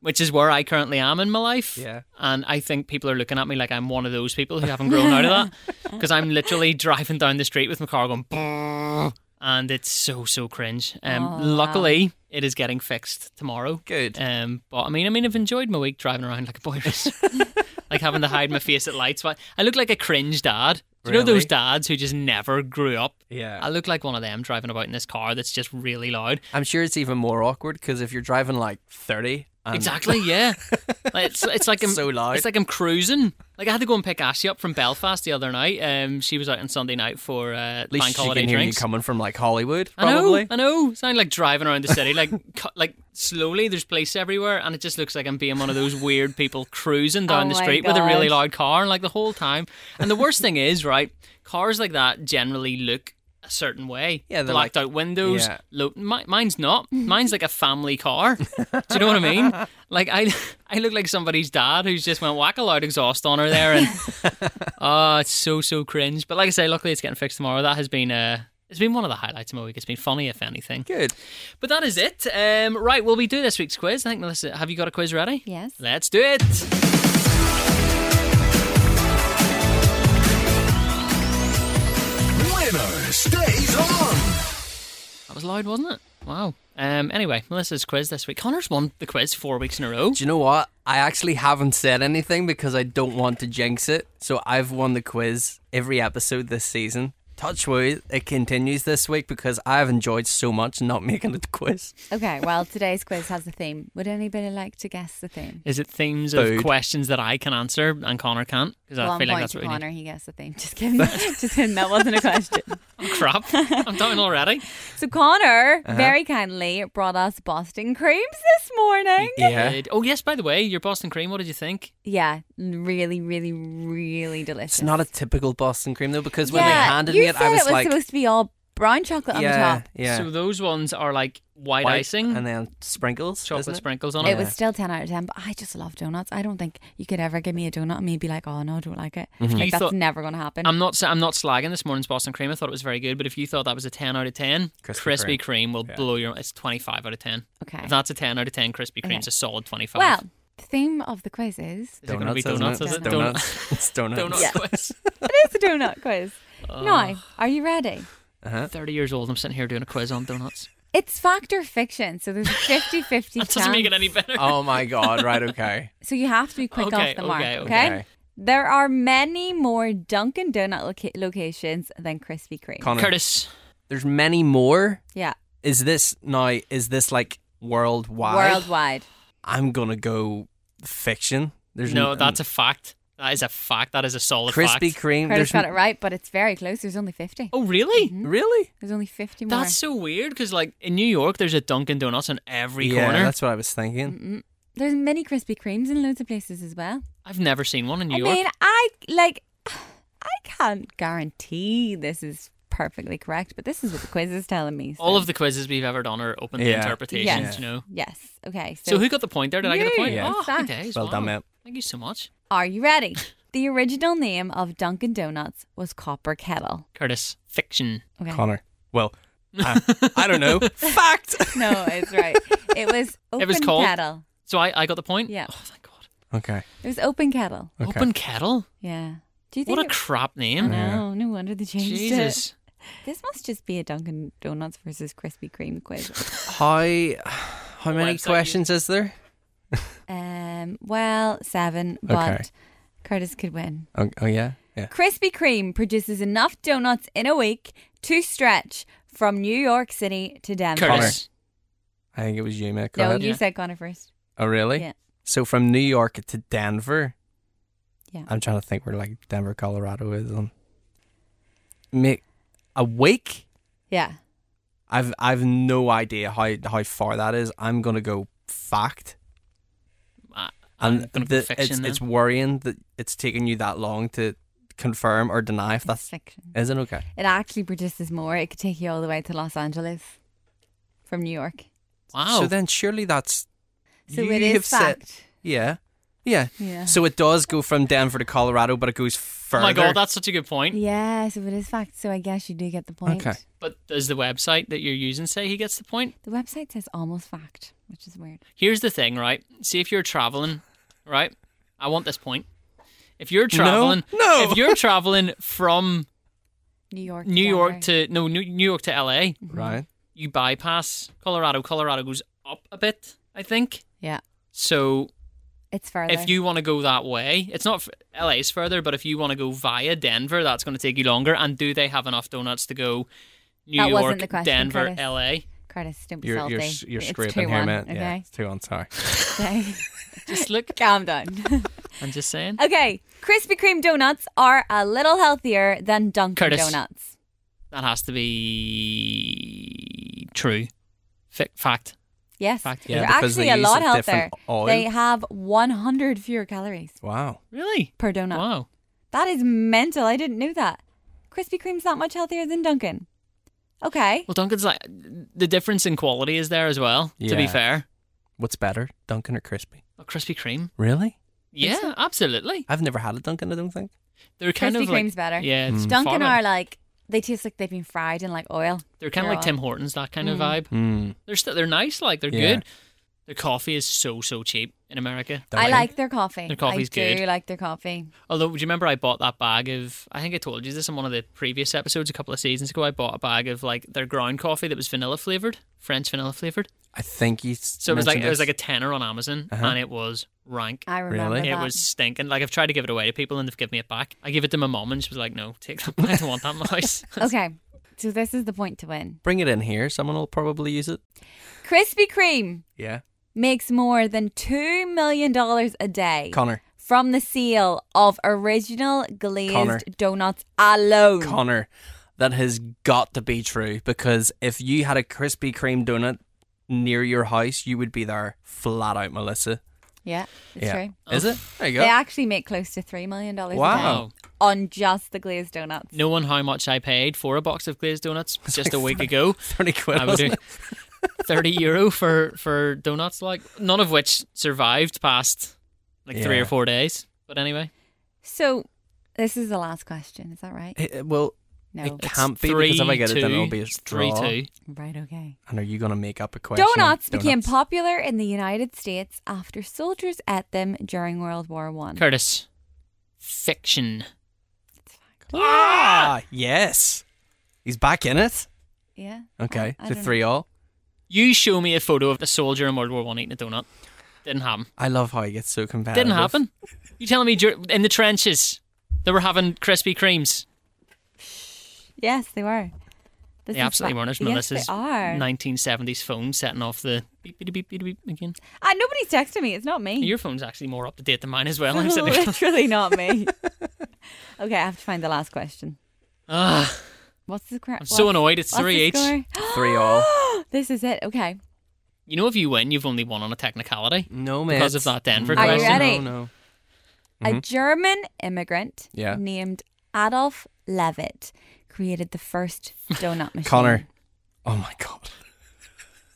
Speaker 1: which is where I currently am in my life.
Speaker 3: Yeah.
Speaker 1: And I think people are looking at me like I'm one of those people who haven't grown out of that because I'm literally driving down the street with my car going, "Brrr," and it's so so cringe. Um,
Speaker 2: Oh, wow.
Speaker 1: luckily it is getting fixed tomorrow.
Speaker 3: Good.
Speaker 1: Um, but I mean, I mean, I've enjoyed my week driving around like a boy racer, like having to hide my face at lights. But I look like a cringe dad. Do You know
Speaker 3: Really?
Speaker 1: those dads who just never grew up.
Speaker 3: yeah.
Speaker 1: I look like one of them driving about in this car that's just really loud.
Speaker 3: I'm sure it's even more awkward because if you're driving like um, 30, and
Speaker 1: Exactly, yeah. Like, it's it's like I'm
Speaker 3: So loud.
Speaker 1: It's like I'm cruising. Like I had to go and pick Ashley up from Belfast the other night. Um, she was out on Sunday night for uh,
Speaker 3: at least
Speaker 1: bank
Speaker 3: she
Speaker 1: holiday
Speaker 3: can hear
Speaker 1: drinks.
Speaker 3: you coming from like Hollywood,
Speaker 1: I know,
Speaker 3: probably.
Speaker 1: I know. Sound like driving around the city, like cu- like slowly. There's place everywhere, and it just looks like I'm being one of those weird people cruising down
Speaker 2: Oh
Speaker 1: the
Speaker 2: my
Speaker 1: street with a really
Speaker 2: God.
Speaker 1: loud car, like the whole time. And the worst thing is, right? Cars like that generally look a certain way.
Speaker 3: Yeah, they're
Speaker 1: blacked
Speaker 3: like-
Speaker 1: out windows.
Speaker 3: yeah.
Speaker 1: Low, mi- mine's not. Mine's like a family car. Do you know what I mean? Like I, I look like somebody's dad who's just went whack a loud exhaust on her there, and Oh, it's so so cringe. But like I say, luckily it's getting fixed tomorrow. That has been uh it's been one of the highlights of my week. It's been funny, if anything.
Speaker 3: Good.
Speaker 1: But that is it. Um, right, well, we do this week's quiz. I think, Melissa, have you got a quiz ready?
Speaker 2: Yes.
Speaker 1: Let's do it.
Speaker 4: Winner stays on.
Speaker 1: That was loud, wasn't it? Wow. Um, anyway, Melissa's quiz this week. Connor's won the quiz four weeks in a row.
Speaker 3: Do you know what? I actually haven't said anything because I don't want to jinx it. So I've won the quiz every episode this season. Touch wood, it continues this week because I've enjoyed so much not making it the quiz.
Speaker 2: Okay, well, today's quiz has a theme. Would anybody like to guess the theme?
Speaker 1: Is it themes
Speaker 3: Food.
Speaker 1: of questions that I can answer and Connor can't? Because I
Speaker 2: One
Speaker 1: feel like
Speaker 2: point
Speaker 1: that's
Speaker 2: to
Speaker 1: what we need.
Speaker 2: Connor, he guessed the theme. Just kidding. Just kidding. That wasn't a question.
Speaker 1: Crap. I'm done already.
Speaker 2: So Connor
Speaker 1: Uh-huh.
Speaker 2: very kindly brought us Boston creams this morning.
Speaker 3: Yeah.
Speaker 1: Good. Oh, yes, by the way, your Boston cream, what did you think?
Speaker 2: Yeah, really, really, really delicious.
Speaker 3: It's not a typical Boston cream though because
Speaker 2: yeah,
Speaker 3: when they handed
Speaker 2: you
Speaker 3: me it,
Speaker 2: said
Speaker 3: I was,
Speaker 2: it was
Speaker 3: like,
Speaker 2: supposed to be all brown chocolate on
Speaker 3: yeah,
Speaker 2: the top.
Speaker 3: yeah.
Speaker 1: So those ones are like white,
Speaker 3: White
Speaker 1: icing,
Speaker 3: and then sprinkles, isn't
Speaker 1: chocolate
Speaker 3: it?
Speaker 1: sprinkles on
Speaker 2: It was still ten out of ten, but I just love donuts. I don't think you could ever give me a donut and me be like, "Oh no, I don't like it."
Speaker 3: Mm-hmm.
Speaker 1: You
Speaker 2: Like that's
Speaker 1: thought-
Speaker 2: never going to happen.
Speaker 1: I'm not. I'm not slagging this morning's Boston cream. I thought it was very good. But if you thought that was a 10 out of 10,
Speaker 3: Krispy
Speaker 1: Krispy Kreme,
Speaker 3: Kreme.
Speaker 1: will blow your. It's 25 out of 10.
Speaker 2: okay.
Speaker 1: If that's a 10 out of 10, Krispy Kreme's
Speaker 2: Okay.
Speaker 1: a solid 25.
Speaker 2: Well, the theme of the quiz is
Speaker 1: is it going to be
Speaker 3: isn't
Speaker 1: donuts? Is it donuts?
Speaker 3: Donuts. it's donuts.
Speaker 1: Donuts
Speaker 2: Yeah.
Speaker 1: quiz.
Speaker 2: it is a donut quiz. now, are you ready?
Speaker 3: Uh-huh.
Speaker 1: 30 years old. I'm sitting here doing a quiz on donuts.
Speaker 2: It's fact or fiction, so there's a 50-50
Speaker 1: That
Speaker 2: chance.
Speaker 1: doesn't make it any better.
Speaker 3: Oh my god! Right? Okay.
Speaker 2: So you have to be quick
Speaker 1: Okay,
Speaker 2: off the mark,
Speaker 1: okay,
Speaker 2: okay?
Speaker 3: okay.
Speaker 2: There are many more Dunkin' Donut loca- locations than Krispy Kreme.
Speaker 3: Connor,
Speaker 1: Curtis,
Speaker 3: there's many more.
Speaker 2: yeah,
Speaker 3: Is this now? Is this like worldwide?
Speaker 2: worldwide.
Speaker 3: I'm gonna go fiction. There's
Speaker 1: no, that's a fact. That is a fact. That is a solid
Speaker 3: Krispy
Speaker 1: fact.
Speaker 3: Kreme.
Speaker 2: Curtis
Speaker 3: There's
Speaker 2: got it right, but it's very close. There's only 50.
Speaker 1: Oh, really?
Speaker 3: really.
Speaker 2: There's only 50 more.
Speaker 1: That's so weird because, like, in New York, there's a Dunkin' Donuts on every
Speaker 3: yeah,
Speaker 1: corner.
Speaker 3: that's what I was thinking.
Speaker 2: Mm-hmm. There's many Krispy Kremes in loads of places as well.
Speaker 1: I've never seen one in New
Speaker 2: I
Speaker 1: York.
Speaker 2: mean, I like, I can't guarantee this is perfectly correct, but this is what the quiz is telling me. so-
Speaker 1: All of the quizzes we've ever done are open to
Speaker 3: Yeah.
Speaker 1: interpretations,
Speaker 2: yes,
Speaker 1: you know?
Speaker 2: yes. Okay, so,
Speaker 1: So, who got the point there? Did I get a
Speaker 2: You.
Speaker 1: point?
Speaker 3: Yeah.
Speaker 1: Oh,
Speaker 2: Fact.
Speaker 1: okay.
Speaker 3: Well done,
Speaker 1: wow.
Speaker 3: mate.
Speaker 1: Thank you so much.
Speaker 2: are you ready? the original name of Dunkin' Donuts was Copper Kettle.
Speaker 1: Curtis, fiction.
Speaker 2: Okay.
Speaker 3: Connor. Well, I, I don't know. Fact.
Speaker 2: No, it's right. It was open
Speaker 1: was called-
Speaker 2: kettle.
Speaker 1: So I, I got the point?
Speaker 2: Yeah.
Speaker 1: Oh, thank God.
Speaker 3: Okay.
Speaker 2: It was open kettle.
Speaker 3: Okay.
Speaker 1: Open Kettle?
Speaker 2: Yeah. Do you think?
Speaker 1: What a
Speaker 2: it-
Speaker 1: crap
Speaker 2: I
Speaker 1: name.
Speaker 2: know. No wonder they changed it.
Speaker 1: Jesus.
Speaker 2: This must just be a Dunkin' Donuts versus Krispy Kreme quiz.
Speaker 3: How how many
Speaker 1: website
Speaker 3: questions is there?
Speaker 2: um, well, seven, but
Speaker 3: Okay.
Speaker 2: Curtis could win.
Speaker 3: Oh, oh yeah. Yeah.
Speaker 2: Krispy Kreme produces enough donuts in a week to stretch from New York City to Denver.
Speaker 1: Curtis.
Speaker 3: I think it was you, Mick. Go
Speaker 2: No,
Speaker 3: ahead.
Speaker 2: you
Speaker 1: Yeah.
Speaker 2: said Connor first.
Speaker 3: Oh really?
Speaker 2: Yeah.
Speaker 3: So from New York to Denver.
Speaker 2: Yeah.
Speaker 3: I'm trying to think where like Denver, Colorado is on. Mick, a week.
Speaker 2: Yeah.
Speaker 3: I've I've no idea how how far that is. I'm gonna go fact.
Speaker 1: I-
Speaker 3: And
Speaker 1: Ah, I'm gonna go
Speaker 3: the-
Speaker 1: fiction
Speaker 3: it's,
Speaker 1: then.
Speaker 3: it's worrying that it's taken you that long to confirm or deny if
Speaker 2: That's
Speaker 3: that's
Speaker 2: fiction.
Speaker 3: is it okay.
Speaker 2: It actually produces more. It could take you all the way to Los Angeles from New York.
Speaker 1: Wow.
Speaker 3: So then surely that's
Speaker 2: So
Speaker 3: you
Speaker 2: it is
Speaker 3: have said-
Speaker 2: fact.
Speaker 3: yeah, yeah.
Speaker 2: Yeah.
Speaker 3: So it does go from Denver to Colorado, but it goes
Speaker 1: oh
Speaker 3: further.
Speaker 1: my God, that's such a good point.
Speaker 2: yeah, so it is fact. So I guess you do get the point.
Speaker 3: Okay.
Speaker 1: But does the website that you're using say he gets the point?
Speaker 2: The website says almost fact, which is weird.
Speaker 1: Here's the thing, right? See if you're traveling, right? I want this point. If you're
Speaker 3: No.
Speaker 1: traveling,
Speaker 3: No.
Speaker 1: If you're traveling from
Speaker 2: New York.
Speaker 1: New York
Speaker 2: Denver.
Speaker 1: to no New New York to LA,
Speaker 2: Mm-hmm.
Speaker 3: right.
Speaker 1: you bypass Colorado. Colorado goes up a bit, I think.
Speaker 2: Yeah.
Speaker 1: So
Speaker 2: It's further.
Speaker 1: if you want to go that way, it's not f- LA is further, but if you want to go via Denver, that's going to take you longer. And do they have enough donuts to go New
Speaker 2: That
Speaker 1: York,
Speaker 2: wasn't the question,
Speaker 1: Denver,
Speaker 2: Curtis.
Speaker 1: LA?
Speaker 2: Curtis, don't be
Speaker 3: You're
Speaker 2: salty.
Speaker 3: you're s- you're
Speaker 2: It's
Speaker 3: scraping
Speaker 2: 2-1,
Speaker 3: here, man. Yeah,
Speaker 2: Okay.
Speaker 3: it's two on sorry.
Speaker 2: Okay.
Speaker 1: Just look.
Speaker 2: Calm down.
Speaker 1: I'm just saying.
Speaker 2: okay. Krispy Kreme donuts are a little healthier than Dunkin'
Speaker 1: Curtis.
Speaker 2: Donuts.
Speaker 1: That has to be true. F- fact.
Speaker 2: Yes.
Speaker 1: Fact,
Speaker 3: yeah,
Speaker 2: They're
Speaker 3: because
Speaker 2: actually
Speaker 3: they
Speaker 2: a
Speaker 3: use
Speaker 2: lot
Speaker 3: a
Speaker 2: healthier.
Speaker 3: different oil.
Speaker 2: They have 100 fewer calories
Speaker 3: Wow.
Speaker 1: Really?
Speaker 2: per donut.
Speaker 1: Wow.
Speaker 2: That is mental. I didn't know that. Krispy Kreme's not much healthier than Dunkin'. Okay.
Speaker 1: Well, Duncan's like the difference in quality is there as well. To be
Speaker 3: Yeah.
Speaker 1: fair,
Speaker 3: What's better, Dunkin' or crispy?
Speaker 1: a Krispy Kreme.
Speaker 3: Really?
Speaker 1: Yeah, absolutely.
Speaker 3: I've never had a Dunkin'. I don't think.
Speaker 1: They're kind
Speaker 2: Krispy
Speaker 1: of like
Speaker 2: Kreme's better.
Speaker 1: yeah.
Speaker 3: Hmm. Mm,
Speaker 1: it's
Speaker 2: Dunkin'
Speaker 1: farming.
Speaker 2: are like they taste like they've been fried in like oil.
Speaker 1: they're kind of
Speaker 2: they're
Speaker 1: like
Speaker 2: all-
Speaker 1: Tim Hortons, that kind of
Speaker 2: Hmm.
Speaker 1: vibe.
Speaker 3: Mm.
Speaker 1: They're st- they're nice, like they're
Speaker 3: Yeah.
Speaker 1: good. Their coffee is so so cheap in America.
Speaker 2: I like their coffee.
Speaker 1: Their coffee's
Speaker 2: I do
Speaker 1: good.
Speaker 2: like their coffee.
Speaker 1: Although, do you remember I bought that bag of? I think I told you this in one of the previous episodes a couple of seasons ago. I bought a bag of like their ground coffee that was vanilla flavored, French vanilla flavored.
Speaker 3: I think you. s-
Speaker 1: So it was like
Speaker 3: mentioned
Speaker 1: it was
Speaker 3: this.
Speaker 1: like a tenner on Amazon,
Speaker 3: Uh-huh.
Speaker 1: and it was rank.
Speaker 2: I remember
Speaker 3: Really?
Speaker 2: that.
Speaker 1: It was stinking. Like I've tried to give it away to people, and they've given me it back. I gave it to my mom, and she was like, "No, take that. back. I don't want that in my house."
Speaker 2: okay. So this is the point to win.
Speaker 3: Bring it in here. Someone will probably use it.
Speaker 2: Krispy Kreme
Speaker 3: Yeah.
Speaker 2: makes more than two million dollars a day
Speaker 3: Connor.
Speaker 2: from the sale of original glazed
Speaker 3: Connor.
Speaker 2: donuts alone.
Speaker 3: Connor, that has got to be true because if you had a Krispy Kreme donut near your house, you would be there flat out, Melissa.
Speaker 2: yeah, it's
Speaker 3: yeah.
Speaker 2: true.
Speaker 3: Is it? There you
Speaker 2: They
Speaker 3: go.
Speaker 2: actually make close to three million dollars a day
Speaker 3: Wow.
Speaker 1: Oh. Wow.
Speaker 2: on just the glazed donuts.
Speaker 1: Knowing how much I paid for a box of glazed donuts just a week ago,
Speaker 3: 30 quid.
Speaker 1: I would do
Speaker 3: wasn't it?
Speaker 1: thirty euro for for donuts, like none of which survived past like three
Speaker 3: Yeah.
Speaker 1: or four days. But anyway,
Speaker 2: So this is the last question. Is that right?
Speaker 3: It- it- well,
Speaker 2: No.
Speaker 3: it
Speaker 1: It's
Speaker 3: can't be
Speaker 1: three,
Speaker 3: because if I get it, then
Speaker 1: two,
Speaker 3: it'll be a
Speaker 1: it's
Speaker 3: draw.
Speaker 1: Three two.
Speaker 2: Right. Okay.
Speaker 3: And are you going to make up a question?
Speaker 2: Donuts, became
Speaker 3: Donuts.
Speaker 2: popular in the United States after soldiers ate them during World War One.
Speaker 1: Curtis, fiction.
Speaker 3: Ah, yes. He's back in it.
Speaker 2: yeah.
Speaker 3: Okay.
Speaker 2: I
Speaker 3: so
Speaker 2: don't
Speaker 3: three all.
Speaker 1: You show me a photo of a soldier in World War One eating a donut. Didn't happen.
Speaker 3: I love how he gets so competitive.
Speaker 1: Didn't happen. You telling me dur- in the trenches they were having Krispy Kremes?
Speaker 2: Yes, they were. This
Speaker 1: They
Speaker 2: is
Speaker 1: absolutely
Speaker 2: fa-
Speaker 1: weren't. It's
Speaker 2: Yes,
Speaker 1: Melissa's
Speaker 2: they are.
Speaker 1: 1970s phone setting off the beep beep beep beep beep again.
Speaker 2: Ah, nobody's texting me. It's not me.
Speaker 1: Your phone's actually more up to date than mine as well. I'm sitting there-
Speaker 2: literally not me. okay, I have to find the last question.
Speaker 1: Ah,
Speaker 2: What's the correct?
Speaker 1: I'm so annoyed. It's three each.
Speaker 3: Three all.
Speaker 2: This is it. Okay.
Speaker 1: You know, if you win, you've only won on a technicality.
Speaker 3: No, man.
Speaker 1: Because of that Denver
Speaker 2: Are you
Speaker 1: question.
Speaker 2: ready?
Speaker 3: No, no.
Speaker 2: A German immigrant
Speaker 3: Mm-hmm. Yeah.
Speaker 2: named Adolf Levitt created the first donut machine.
Speaker 3: Connor. Oh, my God.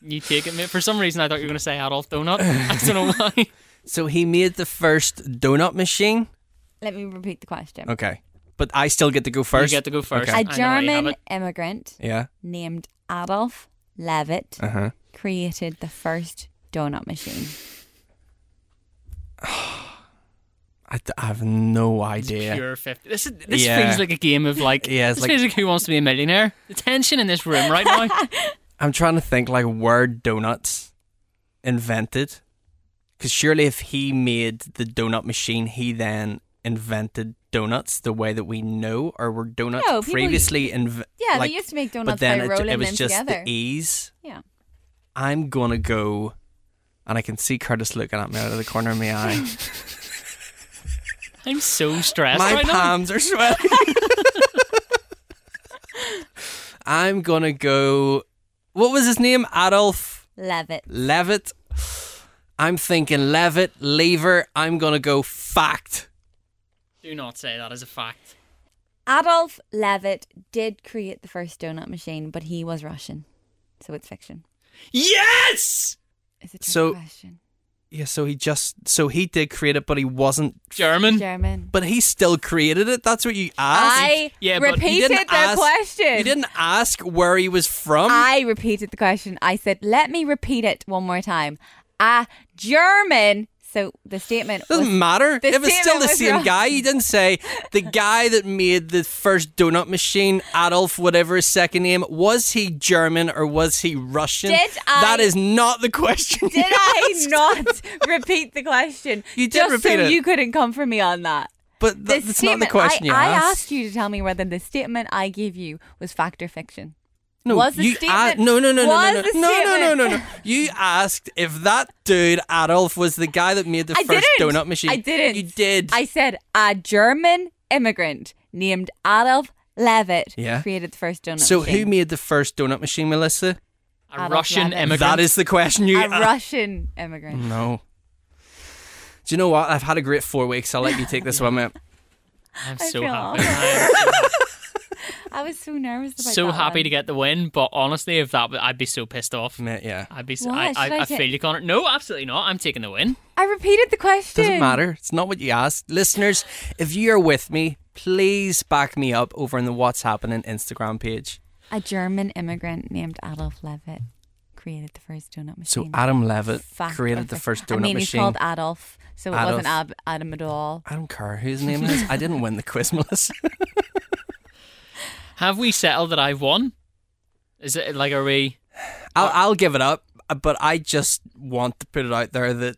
Speaker 1: You take it, mate. For some reason, I thought you were going to say Adolf Donut. I don't know why.
Speaker 3: So he made the first donut machine.
Speaker 2: Let me repeat the question.
Speaker 3: Okay. but I still get to go
Speaker 1: You
Speaker 3: first.
Speaker 1: get to go first.
Speaker 3: Okay.
Speaker 1: I
Speaker 2: A
Speaker 1: know I have
Speaker 2: German
Speaker 1: it.
Speaker 2: immigrant
Speaker 3: yeah.
Speaker 2: named Adolf Levitt
Speaker 3: Uh huh.
Speaker 2: created the first donut machine.
Speaker 3: I, d- I have no
Speaker 1: It's
Speaker 3: idea.
Speaker 1: Pure fifty. This is, this
Speaker 3: Yeah.
Speaker 1: feels like a game of like.
Speaker 3: Yeah, it's
Speaker 1: this
Speaker 3: like-
Speaker 1: feels like Who Wants to Be a Millionaire. The tension in this room right now.
Speaker 3: I'm trying to think like were donuts invented? Because surely if he made the donut machine, he then invented donuts the way that we know, or were donuts
Speaker 2: No, people-
Speaker 3: previously invented?
Speaker 2: Yeah, they used to make donuts
Speaker 3: but then
Speaker 2: by
Speaker 3: it,
Speaker 2: rolling
Speaker 3: it was
Speaker 2: them
Speaker 3: just
Speaker 2: together.
Speaker 3: the e- ease.
Speaker 2: yeah.
Speaker 3: I'm gonna go, and I can see Curtis looking at me out of the corner of my eye.
Speaker 1: I'm so stressed
Speaker 3: My
Speaker 1: right now.
Speaker 3: palms are sweating. I'm gonna go. What was his name? Adolf.
Speaker 2: Levitt.
Speaker 3: Levitt. I'm thinking Levitt, Lever. I'm going to go fact.
Speaker 1: Do not say that as a fact.
Speaker 2: Adolf Levitt did create the first donut machine, but he was Russian. So it's fiction.
Speaker 1: Yes,
Speaker 2: Is it
Speaker 3: So-
Speaker 2: so, question?
Speaker 3: Yeah, so he just, so he did create it, but he wasn't,
Speaker 1: German.
Speaker 2: German.
Speaker 3: but he still created it. That's what you asked.
Speaker 2: I
Speaker 1: Yeah, but he
Speaker 3: You
Speaker 2: repeated the
Speaker 3: ask-
Speaker 2: question.
Speaker 3: You didn't ask where he was from.
Speaker 2: I repeated the question. I said, let me repeat it one more time. A German. So the statement
Speaker 3: doesn't
Speaker 2: was
Speaker 3: matter.
Speaker 2: the
Speaker 3: If it's still
Speaker 2: statement
Speaker 3: the
Speaker 2: was
Speaker 3: same
Speaker 2: wrong.
Speaker 3: guy, you didn't say the guy that made the first donut machine, Adolf, whatever his second name, was he German or was he Russian?
Speaker 2: Did I-
Speaker 3: that is not the question.
Speaker 2: Did
Speaker 3: you
Speaker 2: I
Speaker 3: asked.
Speaker 2: not repeat the question?
Speaker 3: You did
Speaker 2: Just
Speaker 3: repeat
Speaker 2: so
Speaker 3: it.
Speaker 2: you couldn't come for me on that.
Speaker 3: But th-
Speaker 2: This
Speaker 3: that's not
Speaker 2: statement,
Speaker 3: the question
Speaker 2: I,
Speaker 3: you
Speaker 2: I
Speaker 3: asked.
Speaker 2: asked you to tell me whether the statement I gave you was fact or fiction.
Speaker 3: No,
Speaker 2: Was the
Speaker 3: you
Speaker 2: statement-
Speaker 3: no, no, no, no,
Speaker 2: was
Speaker 3: no,
Speaker 2: the
Speaker 3: no, no, no,
Speaker 2: statement-
Speaker 3: no, no. You asked if that dude Adolf was the guy that made the
Speaker 2: I
Speaker 3: 1st
Speaker 2: didn't.
Speaker 3: donut machine.
Speaker 2: I didn't.
Speaker 3: You did.
Speaker 2: I said a German immigrant named Adolf Levitt
Speaker 3: Yeah.
Speaker 2: created the first donut.
Speaker 3: so
Speaker 2: machine.
Speaker 3: who made the first donut machine, Melissa?
Speaker 1: A
Speaker 2: Adolf
Speaker 1: Russian
Speaker 2: Levitt.
Speaker 1: immigrant.
Speaker 3: That is the question you
Speaker 2: a
Speaker 3: asked.
Speaker 2: Russian immigrant?
Speaker 3: no. Do you know what? I've had a great four weeks. I'll let you take this one, mate.
Speaker 1: I'm
Speaker 2: I
Speaker 1: so
Speaker 2: feel
Speaker 1: happy. I'm
Speaker 2: awful. I was so nervous. About
Speaker 1: so
Speaker 2: that
Speaker 1: happy
Speaker 2: one.
Speaker 1: to get the win, but honestly, if that, I'd be so pissed off.
Speaker 3: Mate, yeah.
Speaker 1: I'd be. So,
Speaker 2: What?
Speaker 1: I, I,
Speaker 2: Should I
Speaker 1: I
Speaker 2: ta-
Speaker 1: feel you, Connor. No, absolutely not. I'm taking the win.
Speaker 2: I repeated the question.
Speaker 3: Doesn't matter. It's not what you asked. Listeners, if you are with me, please back me up over in the What's Happening Instagram page.
Speaker 2: A German immigrant named Adolf Levitt created the first donut
Speaker 3: So
Speaker 2: machine.
Speaker 3: Adam Levitt
Speaker 2: Fact or
Speaker 3: created the
Speaker 2: fic-
Speaker 3: first
Speaker 2: I
Speaker 3: donut
Speaker 2: mean, he's
Speaker 3: machine.
Speaker 2: called Adolf, so
Speaker 3: Adolf.
Speaker 2: it wasn't Ab- Adam at all.
Speaker 3: I don't care whose name it is. I didn't win the quiz, Melissa.
Speaker 1: Have we settled that I've won? Is it like are we?
Speaker 3: I'll, I'll give it up, but I just want to put it out there that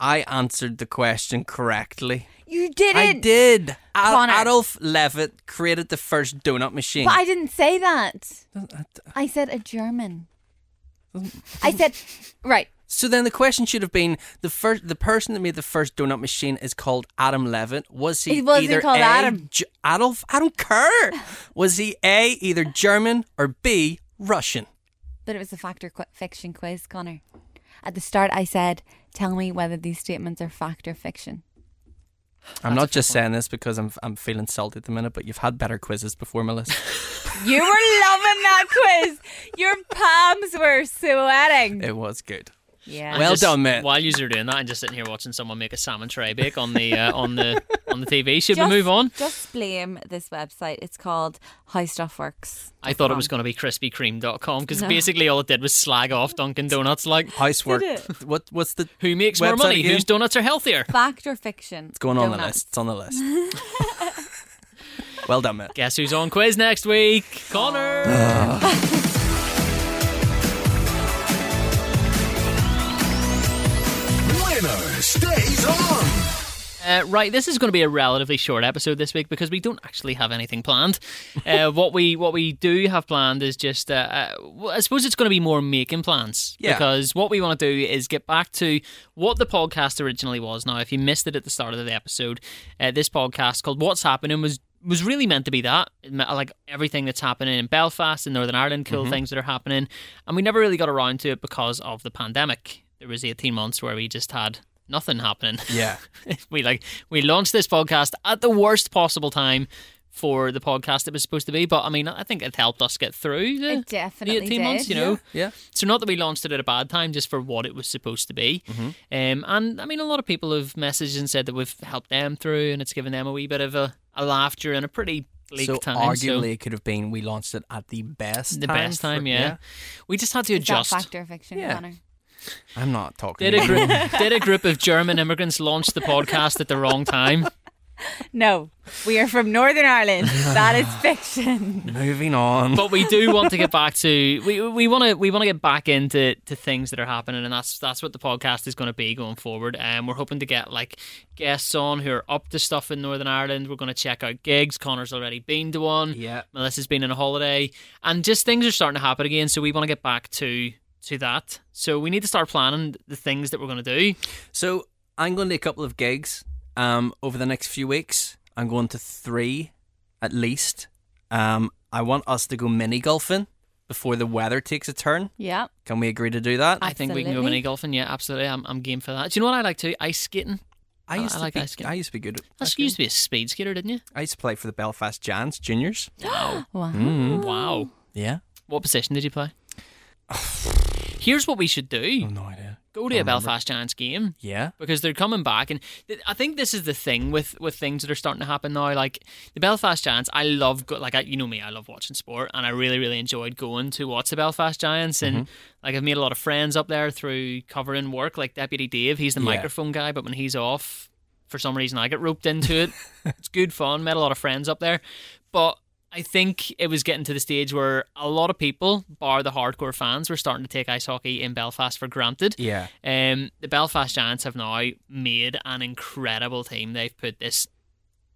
Speaker 3: I answered the question correctly.
Speaker 2: You didn't.
Speaker 3: I did. Ad-
Speaker 2: Connor.
Speaker 3: Adolf Levitt created the first donut machine.
Speaker 2: But I didn't say that. I said a German. I said, right.
Speaker 3: so then the question should have been the first the person that made the first donut machine is called Adam Levitt. Was he
Speaker 2: He wasn't
Speaker 3: either
Speaker 2: called
Speaker 3: A,
Speaker 2: Adam.
Speaker 3: G- Adolf? I don't care. Was he A either German or B Russian?
Speaker 2: But it was a factor qu- fiction quiz, Connor. At the start, I said, tell me whether these statements are fact or fiction.
Speaker 3: I'm
Speaker 1: That's
Speaker 3: not
Speaker 1: a
Speaker 3: just
Speaker 1: tough one.
Speaker 3: saying this because I'm I'm feeling salty at the minute, but you've had better quizzes before, Melissa.
Speaker 2: You were loving that quiz. Your palms were sweating.
Speaker 3: it was good.
Speaker 2: Yeah.
Speaker 1: I'm
Speaker 3: Well
Speaker 1: just-
Speaker 3: done, mate.
Speaker 1: While you are doing that, I'm just sitting here watching someone make a salmon tray bake on the uh, on the on the TV. Should
Speaker 2: Just-
Speaker 1: we move on?
Speaker 2: Just blame this website. It's called How Stuff Works.
Speaker 1: I thought it was going to be krispykreme.com because
Speaker 2: No.
Speaker 1: basically all it did was slag off Dunkin' Donuts. Like,
Speaker 3: Housework.
Speaker 2: Did
Speaker 3: What what's the
Speaker 1: who makes
Speaker 3: Website
Speaker 1: more money?
Speaker 3: again?
Speaker 1: Whose donuts are healthier?
Speaker 2: Fact or fiction? It's
Speaker 3: going on the list? It's on the list. well done, mate.
Speaker 1: Guess who's on quiz next week? Connor.
Speaker 4: Winner stays on.
Speaker 1: Uh, right, this is going to be a relatively short episode this week because we don't actually have anything planned. Uh, what we what we do have planned is just, uh, uh, well, I suppose it's going to be more making plans
Speaker 3: Yeah.
Speaker 1: because what we want to do is get back to what the podcast originally was. Now, if you missed it at the start of the episode, uh, this podcast called "What's Happening" was was really meant to be that It meant, like everything that's happening in Belfast in Northern Ireland, cool things that are happening, and we never really got around to it because of the pandemic. There was eighteen months where we just had nothing happening.
Speaker 3: Yeah.
Speaker 1: we like we launched this podcast at the worst possible time for the podcast it was supposed to be. But I mean, I think it helped us get through. The,
Speaker 2: It definitely
Speaker 1: the 18
Speaker 2: did,
Speaker 1: months, you know.
Speaker 3: Yeah.
Speaker 1: So not that we launched it at a bad time, just for what it was supposed to be.
Speaker 3: Mm-hmm.
Speaker 1: Um, and I mean, a lot of people have messaged and said that we've helped them through, and it's given them a wee bit of a, a laugh during a pretty bleak
Speaker 3: so
Speaker 1: time.
Speaker 3: arguably
Speaker 1: so
Speaker 3: it could have been we launched it at the best
Speaker 1: the
Speaker 3: time
Speaker 1: best
Speaker 3: for-
Speaker 1: time, yeah. We just had to
Speaker 2: Is that
Speaker 1: adjust.
Speaker 2: factor fiction,
Speaker 3: Yeah.
Speaker 2: Connor?
Speaker 3: I'm not talking.
Speaker 1: Did a, group, did a group of German immigrants launch the podcast at the wrong time?
Speaker 2: No, we are from Northern Ireland. that is fiction.
Speaker 3: Moving on.
Speaker 1: But we do want to get back to we we want to we want to get back into to things that are happening, and that's that's what the podcast is going to be going forward. And we're hoping to get like guests on who are up to stuff in Northern Ireland. We're going to check out gigs. Connor's already been to one.
Speaker 3: yeah.
Speaker 1: Melissa's been on a holiday, and just things are starting to happen again. So we want to get back to to that. So we need to start planning the things that we're going to do.
Speaker 3: So I'm going to a couple of gigs um, over the next few weeks. I'm going to three at least. Um, I want us to go mini golfing before the weather takes a turn.
Speaker 2: Yeah.
Speaker 3: Can we agree to do that?
Speaker 1: I think we can go
Speaker 2: Absolutely.
Speaker 1: mini golfing. Yeah, absolutely. I'm, I'm game for that. Do you know what I like to? Ice skating.
Speaker 3: I used
Speaker 1: I
Speaker 3: to
Speaker 1: like
Speaker 3: be,
Speaker 1: ice skating.
Speaker 3: I used to be good. at
Speaker 1: That's
Speaker 3: ice
Speaker 1: you used to be a speed skater, didn't you?
Speaker 3: skating. I used to play for the Belfast Giants juniors.
Speaker 2: Wow.
Speaker 1: Wow.
Speaker 3: Yeah.
Speaker 1: What position did you play? Here's what we should do:
Speaker 3: Oh, no idea.
Speaker 1: go to a Belfast Giants game
Speaker 3: Yeah.
Speaker 1: because they're coming back, and th- I think this is the thing with with things that are starting to happen now. Like the Belfast Giants, I love go- like I, you know me, I love watching sport, and I really really enjoyed going to watch the Belfast Giants, and
Speaker 3: Mm-hmm.
Speaker 1: like I've made a lot of friends up there through covering work. Like Deputy Dave, he's the
Speaker 3: Yeah.
Speaker 1: microphone guy, but when he's off, for some reason I get roped into it. it's good fun. Met a lot of friends up there, but I think it was getting to the stage where a lot of people, bar the hardcore fans, were starting to take ice hockey in Belfast for granted.
Speaker 3: Yeah.
Speaker 1: Um, the Belfast Giants have now made an incredible team. They've put this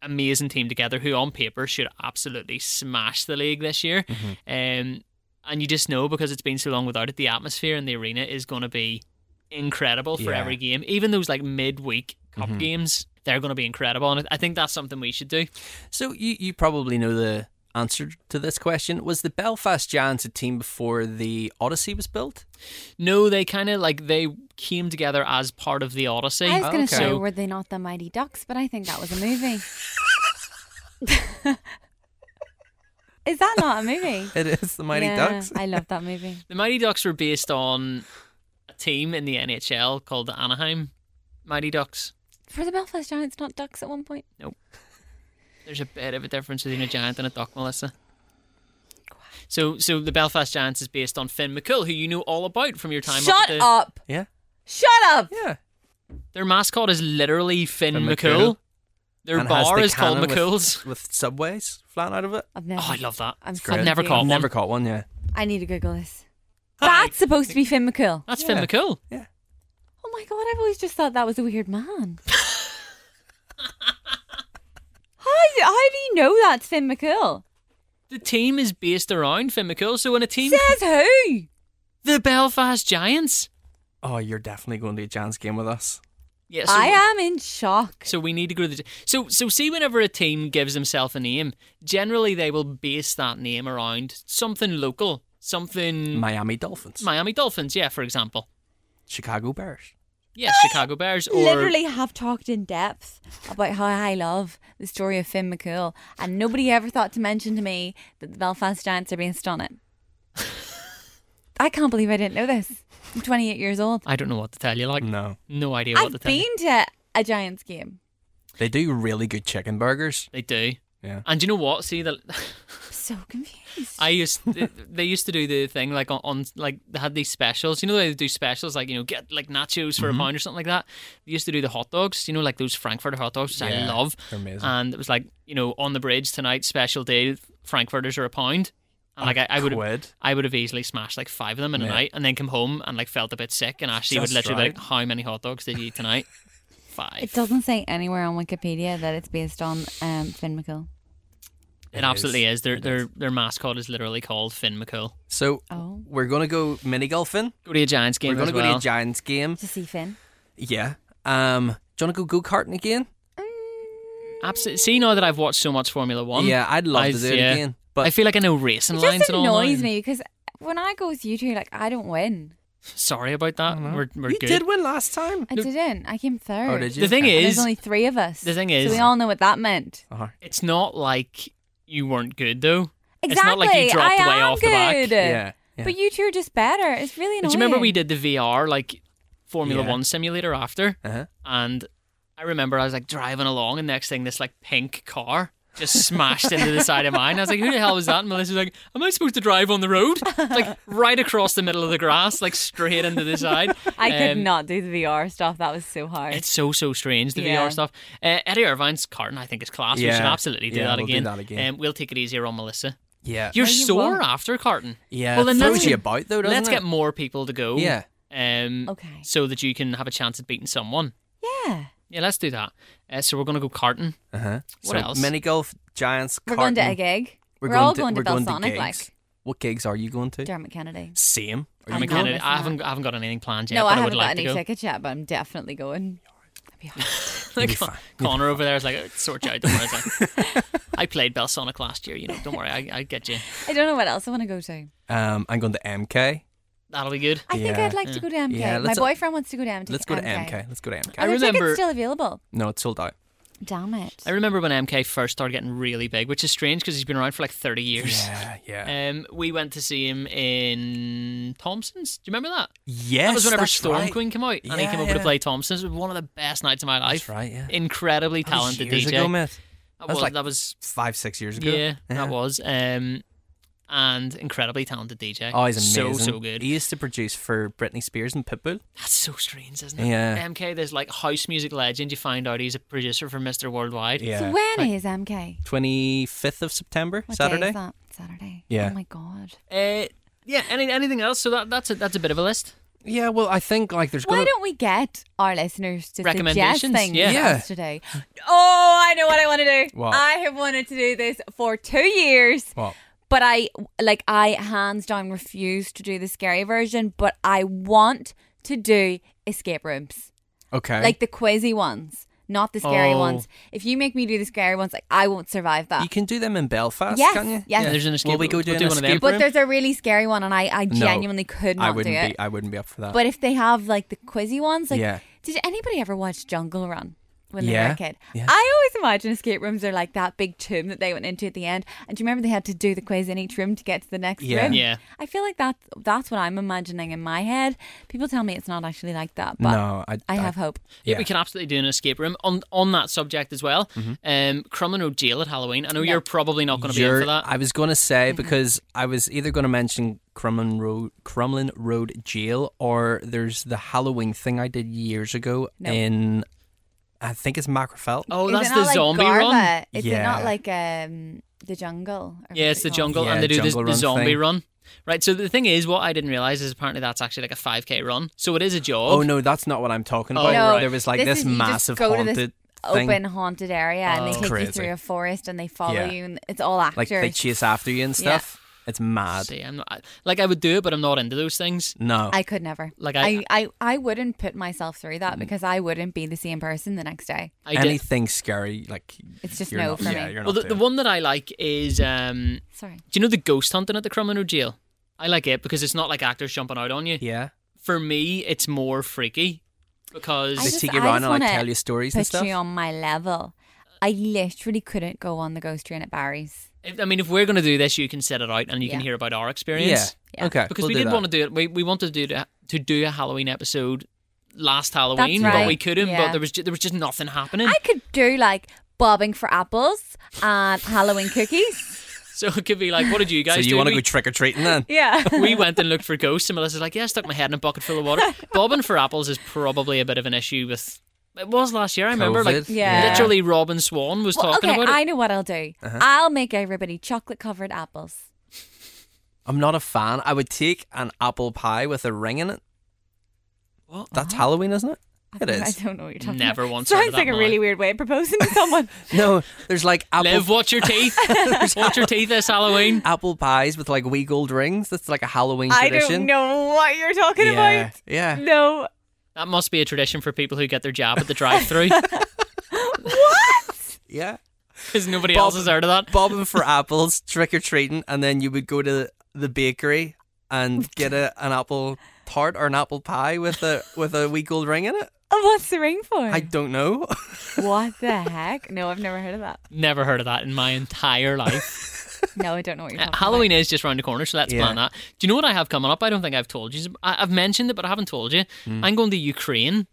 Speaker 1: amazing team together, who on paper should absolutely smash the league this year. Um, and you just know because it's been so long without it, the atmosphere in the arena is going to be incredible for
Speaker 3: Yeah.
Speaker 1: every game. Even those like midweek cup games, they're going to be incredible. And I think that's something we should do.
Speaker 3: So you, you probably know the answer to this question. Was the Belfast Giants a team before the Odyssey was built?
Speaker 1: No, they kind of like they came together as part of the Odyssey.
Speaker 2: I was going to
Speaker 3: Okay.
Speaker 2: say, were they not the Mighty Ducks? But I think that was a movie. is that not a movie?
Speaker 3: It is the Mighty
Speaker 2: Yeah,
Speaker 3: Ducks.
Speaker 2: I love that movie.
Speaker 1: The Mighty Ducks were based on a team in the NHL called the Anaheim Mighty Ducks.
Speaker 2: For the Belfast Giants, not ducks at one point.
Speaker 1: There's a bit of a difference between a giant and a duck, Melissa. So, so the Belfast Giants is based on Finn McCool, who you know all about from your time.
Speaker 2: Shut
Speaker 1: at the,
Speaker 2: up!
Speaker 3: Yeah.
Speaker 2: Shut up!
Speaker 3: Yeah.
Speaker 1: Their mascot is literally Finn,
Speaker 3: Finn
Speaker 1: McCool.
Speaker 3: McCool.
Speaker 1: Their
Speaker 3: And has
Speaker 1: bar
Speaker 3: the
Speaker 1: is called
Speaker 3: cannon with-
Speaker 1: McCool's.
Speaker 3: With, subways flying out of it.
Speaker 2: I've never.
Speaker 1: Oh, I love that.
Speaker 2: I'm
Speaker 3: great.
Speaker 1: I've never
Speaker 2: confused.
Speaker 1: caught one.
Speaker 3: Never caught one, yeah.
Speaker 2: I need to Google this. That's supposed to be Finn McCool.
Speaker 1: That's
Speaker 3: Yeah.
Speaker 1: Finn McCool.
Speaker 2: Oh my god! I've always just thought that was a weird man. how, how do you know that's Finn McCool?
Speaker 1: The team is based around Finn McCool. So when a team,
Speaker 2: Says who?
Speaker 1: the Belfast Giants.
Speaker 3: Oh, you're definitely going to a Giants game with us.
Speaker 1: Yes,
Speaker 2: I am in shock.
Speaker 1: So we need to go to the. So so see, whenever a team gives themselves a name, generally they will base that name around something local, something
Speaker 3: Miami Dolphins.
Speaker 1: Miami Dolphins. Yeah, for example.
Speaker 3: Chicago Bears.
Speaker 1: Yes, Chicago Bears or
Speaker 2: Literally have talked in depth about how I love the story of Finn McCool, and nobody ever thought to mention to me that the Belfast Giants are based on it. I can't believe I didn't know this. I'm 28 years old.
Speaker 1: I don't know what to tell you. Like no,
Speaker 3: No.
Speaker 1: idea what
Speaker 2: Mm. I've
Speaker 1: to tell you.
Speaker 2: been to a Giants game.
Speaker 3: They do really good chicken burgers.
Speaker 1: They do.
Speaker 3: Yeah.
Speaker 1: And do you know what? See that
Speaker 2: I'm so confused.
Speaker 1: I used they, they used to do the thing like on, on like they had these specials. You know they do specials like you know get like nachos
Speaker 3: Mm-hmm.
Speaker 1: for a pound or something like that. They used to do the hot dogs. You know like those Frankfurter hot dogs, which I
Speaker 3: Yeah,
Speaker 1: love.
Speaker 3: they're amazing.
Speaker 1: And it was like you know on the bridge tonight special day Frankfurters are a pound. And like I, I would have
Speaker 3: quid?
Speaker 1: I would have easily smashed like five of them in a
Speaker 3: Yeah.
Speaker 1: night, and then come home and like felt a bit sick. And Ashley would
Speaker 3: Just
Speaker 1: literally be
Speaker 3: right.
Speaker 1: like, "How many hot dogs did you eat tonight? Five.
Speaker 2: It doesn't say anywhere on Wikipedia that it's based on um, Finn McCool.
Speaker 1: It,
Speaker 3: It
Speaker 1: absolutely is.
Speaker 3: is.
Speaker 1: Their
Speaker 3: It
Speaker 1: their
Speaker 3: is.
Speaker 1: their mascot is literally called Finn McCool.
Speaker 3: So
Speaker 2: Oh.
Speaker 3: we're going to go mini golfing.
Speaker 1: Go to a Giants game.
Speaker 3: We're going
Speaker 1: as
Speaker 3: to go
Speaker 1: well.
Speaker 3: to a Giants game.
Speaker 2: To see Finn.
Speaker 3: Yeah. Um, do you want to go go karting again?
Speaker 1: Absolutely. See now that I've watched so much Formula One.
Speaker 3: yeah, I'd love
Speaker 1: I've-
Speaker 3: to do it
Speaker 1: yeah.
Speaker 3: again. But
Speaker 1: I feel like I know racing
Speaker 2: It
Speaker 1: lines
Speaker 2: just
Speaker 1: and all.
Speaker 2: annoys
Speaker 1: now.
Speaker 2: me because when I go with you two, like I don't win.
Speaker 1: Sorry about that. We're, we're
Speaker 3: you
Speaker 1: good.
Speaker 3: did win last time.
Speaker 2: I
Speaker 1: No.
Speaker 2: didn't. I came third.
Speaker 3: Oh, did you?
Speaker 1: The thing
Speaker 2: And
Speaker 1: is,
Speaker 2: there's only three of us.
Speaker 1: the thing
Speaker 2: so
Speaker 1: is-
Speaker 2: we all know what that meant.
Speaker 3: Uh-huh.
Speaker 1: it's not like you weren't good though.
Speaker 2: Exactly.
Speaker 1: It's not like you dropped
Speaker 2: I
Speaker 1: way
Speaker 2: am
Speaker 1: off the back.
Speaker 2: good.
Speaker 3: Yeah. yeah.
Speaker 2: But you two are just better. It's really
Speaker 1: Do
Speaker 2: annoying.
Speaker 1: you remember we did the VR like Formula
Speaker 3: Yeah.
Speaker 1: One simulator after?
Speaker 3: Uh-huh.
Speaker 1: And I remember I was like driving along, and next thing this like pink car just smashed into the side of mine. I was like, who the hell was that? And Melissa's like, am I supposed to drive on the road? It's like right across the middle of the grass, like straight into the side.
Speaker 2: I could
Speaker 1: Um,
Speaker 2: not do the VR stuff. That was so hard.
Speaker 1: It's so so strange the
Speaker 2: Yeah.
Speaker 1: VR stuff. Uh, Eddie Irvine's carton, I think, is class. We
Speaker 3: Yeah.
Speaker 1: should absolutely do
Speaker 3: Yeah,
Speaker 1: that
Speaker 3: we'll do
Speaker 1: again.
Speaker 3: that again.
Speaker 1: Um, we'll take it easier on Melissa.
Speaker 3: Yeah.
Speaker 1: You're
Speaker 2: No, you
Speaker 1: sore
Speaker 2: won't.
Speaker 1: after carton.
Speaker 3: yeah.
Speaker 1: Well, then
Speaker 3: throws
Speaker 1: let's
Speaker 3: you
Speaker 1: get-
Speaker 3: about though, doesn't
Speaker 1: Let's
Speaker 3: it?
Speaker 1: get more people to go.
Speaker 3: Yeah.
Speaker 1: Um,
Speaker 2: Okay.
Speaker 1: So that you can have a chance at beating someone.
Speaker 2: yeah.
Speaker 1: Yeah, let's do that. Uh, so we're gonna go carton.
Speaker 3: Uh-huh.
Speaker 1: What
Speaker 3: so
Speaker 1: else?
Speaker 3: Mini golf, giants.
Speaker 2: We're
Speaker 3: karting.
Speaker 2: going to a gig. We're,
Speaker 3: going
Speaker 2: all
Speaker 3: to-
Speaker 2: going to
Speaker 3: we're going
Speaker 2: Belsonic,
Speaker 3: gigs.
Speaker 2: like
Speaker 3: What gigs are you going to?
Speaker 2: Dermot Kennedy.
Speaker 3: Same. Are
Speaker 2: I
Speaker 1: I'm
Speaker 2: know,
Speaker 3: you
Speaker 1: a candidate.
Speaker 2: that's
Speaker 1: I
Speaker 2: not-
Speaker 1: haven't I haven't got anything planned yet.
Speaker 2: no,
Speaker 1: but
Speaker 2: I
Speaker 1: I, would
Speaker 2: haven't
Speaker 1: like
Speaker 2: got
Speaker 1: to
Speaker 2: any
Speaker 1: go.
Speaker 2: tickets yet, but I'm definitely going. I'll be all right.
Speaker 1: Like,
Speaker 3: be
Speaker 1: Con-
Speaker 3: fine. You'll be
Speaker 1: Connor over there is like, sort you out. Don't worry. It's like, I played Belsonic last year. You know, don't worry. I, I get you.
Speaker 2: I don't know what else I want to go to.
Speaker 3: Um, I'm going to MK.
Speaker 1: That'll be good.
Speaker 2: I think
Speaker 3: Yeah.
Speaker 2: I'd like to go to MK.
Speaker 3: Yeah,
Speaker 2: My
Speaker 3: let's-
Speaker 2: boyfriend wants to go to MK.
Speaker 3: Let's go to MK. Let's go to
Speaker 2: Are
Speaker 3: MK.
Speaker 1: I
Speaker 2: the
Speaker 1: remember-
Speaker 2: tickets still available?
Speaker 3: No, it's sold out.
Speaker 2: Damn it.
Speaker 1: I remember when MK first started getting really big, which is strange because he's been around for like 30 years.
Speaker 3: Yeah, yeah.
Speaker 1: Um, we went to see him in Thompson's. Do you remember that?
Speaker 3: yes,
Speaker 1: that was whenever
Speaker 3: that's
Speaker 1: Storm
Speaker 3: right.
Speaker 1: Queen came out, and he
Speaker 3: Yeah,
Speaker 1: came over to
Speaker 3: yeah.
Speaker 1: play Thompson's. It was one of the best nights of my life.
Speaker 3: That's right, yeah.
Speaker 1: Incredibly
Speaker 3: That was
Speaker 1: talented
Speaker 3: years
Speaker 1: DJ.
Speaker 3: ago, mate.
Speaker 1: That
Speaker 3: was
Speaker 1: was,
Speaker 3: like-
Speaker 1: that was
Speaker 3: Five, six years ago.
Speaker 1: yeah, that was. Um, and incredibly talented DJ.
Speaker 3: Oh, he's amazing.
Speaker 1: So so good.
Speaker 3: He used to produce for Britney Spears and Pitbull.
Speaker 1: That's so strange, isn't it?
Speaker 3: Yeah.
Speaker 1: MK, there's like house music legend. You find out he's a producer for Mr. Worldwide.
Speaker 2: So
Speaker 3: Yeah.
Speaker 2: when is MK?
Speaker 3: 25th of September,
Speaker 2: What Day
Speaker 3: Saturday.
Speaker 2: is that? Saturday.
Speaker 3: Yeah.
Speaker 2: Oh my god.
Speaker 1: Uh, yeah. Any anything else? So that that's a, that's a bit of a list.
Speaker 3: Yeah, well, I think like there's
Speaker 2: Why
Speaker 3: gonna-
Speaker 2: don't we get our listeners to suggest
Speaker 1: Recommendations,
Speaker 2: things
Speaker 1: yeah.
Speaker 2: for
Speaker 3: Yeah.
Speaker 2: us to do? Oh, I know what I want to do.
Speaker 3: What?
Speaker 2: I have wanted to do this for two years.
Speaker 3: What?
Speaker 2: But I like I hands down refuse to do the scary version, but I want to do escape rooms.
Speaker 3: Okay.
Speaker 2: Like the quizzy ones, not the scary
Speaker 1: Oh.
Speaker 2: ones. If you make me do the scary ones, like I won't survive that.
Speaker 3: you can do them in Belfast,
Speaker 2: Ah. Yes,
Speaker 3: can you?
Speaker 2: yes. Yeah,
Speaker 1: there's an escape
Speaker 3: Will we
Speaker 1: room.
Speaker 3: go
Speaker 1: We'll
Speaker 3: do an
Speaker 1: do one of them.
Speaker 3: escape
Speaker 2: but
Speaker 3: room?
Speaker 2: there's a really scary one and I, I
Speaker 3: No,
Speaker 2: genuinely could not
Speaker 3: I wouldn't
Speaker 2: do it.
Speaker 3: be. I wouldn't be up for that.
Speaker 2: But if they have like the quizzy ones, like
Speaker 3: Yeah.
Speaker 2: did anybody ever watch Jungle Run when they were
Speaker 3: Yeah.
Speaker 2: a kid?
Speaker 3: Yeah.
Speaker 2: I always imagine escape rooms are like that big tomb that they went into at the end. And do you remember they had to do the quiz in each room to get to the next
Speaker 3: Yeah.
Speaker 2: room?
Speaker 1: Yeah.
Speaker 2: I feel like that's that's what I'm imagining in my head. People tell me it's not actually like that, but
Speaker 3: no, I,
Speaker 2: I have hope.
Speaker 1: Yeah,
Speaker 3: Yeah.
Speaker 1: we can absolutely do an escape room on on that subject as well. Um, Crumlin Road Jail at Halloween. I know you're probably not going to be in
Speaker 3: Mm-hmm. You're-
Speaker 1: for that.
Speaker 3: I was going to say
Speaker 2: Mm-hmm.
Speaker 3: because I was either going to mention Crumlin Road, Crumlin Road Jail, or there's the Halloween thing I did years ago
Speaker 2: No.
Speaker 3: in, I think it's Macrofelt.
Speaker 1: oh,
Speaker 2: Is
Speaker 1: that's
Speaker 2: it not
Speaker 1: the
Speaker 2: like
Speaker 1: zombie
Speaker 2: Garva?
Speaker 1: run.
Speaker 2: Is it
Speaker 3: Yeah.
Speaker 2: not like um the jungle? or
Speaker 1: Yeah, it's
Speaker 2: what's it
Speaker 1: the
Speaker 2: called?
Speaker 1: jungle,
Speaker 3: Yeah,
Speaker 1: and they do this,
Speaker 3: jungle
Speaker 1: the
Speaker 3: run
Speaker 1: zombie
Speaker 3: thing.
Speaker 1: run. Right. So the thing is, what I didn't realize is apparently that's actually like a 5k run. So it is a jog.
Speaker 3: Oh no, that's not what I'm talking
Speaker 1: Oh,
Speaker 3: about.
Speaker 1: No,
Speaker 3: There was like
Speaker 2: this
Speaker 3: this,
Speaker 2: is- you just
Speaker 3: massive
Speaker 2: go to
Speaker 3: haunted
Speaker 2: this
Speaker 3: thing.
Speaker 2: Open haunted area, and they
Speaker 1: Oh.
Speaker 2: take you
Speaker 3: Crazy.
Speaker 2: through a forest, and they follow
Speaker 3: Yeah.
Speaker 2: you, and it's all
Speaker 3: Like
Speaker 2: actors.
Speaker 3: they chase after you and
Speaker 2: Yeah.
Speaker 3: stuff. It's mad.
Speaker 1: See, I'm not, I- like I would do it, but I'm not into those things.
Speaker 3: No.
Speaker 2: I could never.
Speaker 1: Oh. Like,
Speaker 2: Like
Speaker 1: I- Mm-hmm.
Speaker 2: I, I, I, wouldn't put myself through that because I wouldn't be the same person the next day.
Speaker 1: I did.
Speaker 3: Anything scary, like
Speaker 2: It's just
Speaker 3: you're
Speaker 2: no
Speaker 3: not-
Speaker 2: for
Speaker 3: yeah,
Speaker 2: me.
Speaker 3: You're
Speaker 1: Well,
Speaker 3: not
Speaker 1: the, the
Speaker 3: doing
Speaker 1: one that I like is um,
Speaker 2: Sorry.
Speaker 1: do you know the ghost hunting at the Crumlin Road Jail? I like it because it's not like actors jumping out on you.
Speaker 3: it. yeah.
Speaker 1: For me, it's more freaky because
Speaker 2: I
Speaker 3: They
Speaker 2: just-
Speaker 3: take you around and like
Speaker 2: wanna
Speaker 3: tell you stories and
Speaker 2: Put
Speaker 3: stuff.
Speaker 2: you on my level. I literally couldn't go on the ghost train at Barry's.
Speaker 1: If- I mean, if we're going to do this, you can set it out and you can
Speaker 2: Yeah.
Speaker 1: hear about our experience.
Speaker 3: yeah.
Speaker 2: Yeah.
Speaker 3: Okay.
Speaker 1: Because
Speaker 3: we'll
Speaker 1: we
Speaker 3: do
Speaker 1: did
Speaker 3: that.
Speaker 1: want to do it. We, we wanted to do to, to do a Halloween episode last Halloween, but
Speaker 2: right.
Speaker 1: we couldn't. But
Speaker 2: Yeah.
Speaker 1: there was ju- there was just nothing happening.
Speaker 2: I could do like bobbing for apples and Halloween cookies.
Speaker 1: So it could be like, what did you guys
Speaker 3: So
Speaker 1: do?
Speaker 3: you want to
Speaker 1: We-
Speaker 3: go trick or treating then?
Speaker 2: Yeah.
Speaker 1: we went and looked for ghosts, and Melissa's like, "Yeah, I stuck my head in a bucket full of water." Bobbing for apples is probably a bit of an issue with. It was last year. I remember, like,
Speaker 3: COVID?
Speaker 2: Yeah.
Speaker 1: literally, Robin Swan was
Speaker 2: Well,
Speaker 1: talking
Speaker 2: okay,
Speaker 1: about it. Uh-huh.
Speaker 2: I know what I'll do. I'll make everybody chocolate covered apples.
Speaker 3: I'm not a fan. I would take an apple pie with a ring in it.
Speaker 1: What?
Speaker 3: That's Halloween, isn't it? It
Speaker 2: I
Speaker 3: is.
Speaker 2: don't know what you're talking
Speaker 1: Never
Speaker 2: about.
Speaker 1: once heard of
Speaker 2: Sounds
Speaker 1: that
Speaker 2: like a
Speaker 1: in my
Speaker 2: really
Speaker 1: life.
Speaker 2: weird way of proposing to someone.
Speaker 3: No, there's like apple
Speaker 1: Live, watch your teeth. watch your teeth this Halloween.
Speaker 3: apple pies with like wee gold rings. That's like a Halloween
Speaker 2: I don't
Speaker 3: tradition.
Speaker 2: know what you're talking
Speaker 3: Yeah.
Speaker 2: about.
Speaker 3: Yeah.
Speaker 2: No.
Speaker 1: That must be a tradition for people who get their jab at the drive-through
Speaker 3: Yeah.
Speaker 1: because nobody
Speaker 3: Bob-
Speaker 1: else has heard of that.
Speaker 3: Bobbing for apples, trick or treating, and then you would go to the bakery and get a, an apple tart or an apple pie with a with a wee gold ring in it.
Speaker 2: And what's the ring for?
Speaker 3: I don't know.
Speaker 2: What the heck? No, I've never heard of that.
Speaker 1: Never heard of that in my entire life.
Speaker 2: No, I don't know what you're
Speaker 1: Uh,
Speaker 2: talking
Speaker 1: Halloween is just round the corner, so let's
Speaker 3: Yeah.
Speaker 1: plan that. Do you know what I have coming up? I don't think I've told you. I- I've mentioned it, but I haven't told you.
Speaker 2: Hmm.
Speaker 1: I'm going to Ukraine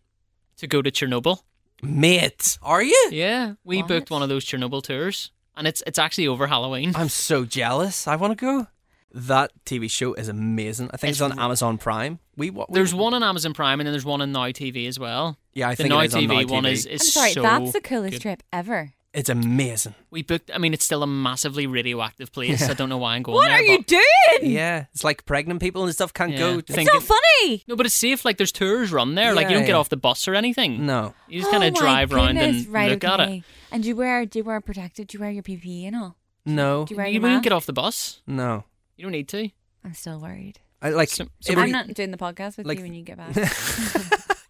Speaker 1: to go to Chernobyl.
Speaker 3: Mate, are you?
Speaker 1: Yeah, we
Speaker 2: What?
Speaker 1: booked one of those Chernobyl tours. and it's it's actually over Halloween.
Speaker 3: I'm so jealous. I want to go. That TV show is amazing. I think it's,
Speaker 1: It's
Speaker 3: on Amazon Prime. We, wa- we
Speaker 1: There's one on Amazon Prime and then there's one on Now TV as well.
Speaker 3: Yeah, I
Speaker 1: the
Speaker 3: think it
Speaker 1: Now
Speaker 3: is on
Speaker 1: TV
Speaker 3: Now
Speaker 1: one
Speaker 3: TV.
Speaker 1: is is
Speaker 2: I'm sorry,
Speaker 1: so
Speaker 2: that's the coolest
Speaker 1: good.
Speaker 2: trip ever.
Speaker 3: It's amazing.
Speaker 1: We booked. I mean, it's still a massively radioactive place. I don't know why I'm going
Speaker 2: What
Speaker 1: there.
Speaker 2: are you
Speaker 1: but-
Speaker 2: doing?
Speaker 3: Yeah, it's like pregnant people and stuff can't
Speaker 1: Mm. Yeah.
Speaker 3: go.
Speaker 1: It's
Speaker 2: It's
Speaker 1: Think
Speaker 2: not
Speaker 1: it-
Speaker 2: funny.
Speaker 1: No, but it's safe. Like there's tours run there. like you
Speaker 3: Yeah,
Speaker 1: don't get
Speaker 3: yeah.
Speaker 1: off the bus or anything.
Speaker 3: no,
Speaker 1: you just kind
Speaker 2: Oh
Speaker 1: of
Speaker 2: my
Speaker 1: drive around
Speaker 2: goodness,
Speaker 1: and
Speaker 2: right,
Speaker 1: look at
Speaker 2: okay.
Speaker 1: it.
Speaker 2: And do you wear do you wear protective? Do you wear your PPE and all?
Speaker 3: no,
Speaker 2: Do you wear
Speaker 1: you
Speaker 2: your
Speaker 1: wouldn't
Speaker 2: mask?
Speaker 1: get off the bus.
Speaker 3: no.
Speaker 1: You don't need to.
Speaker 2: I'm still worried.
Speaker 3: I like.
Speaker 1: So- so
Speaker 3: every-
Speaker 2: I'm not doing the podcast with
Speaker 3: like-
Speaker 2: you when you get back.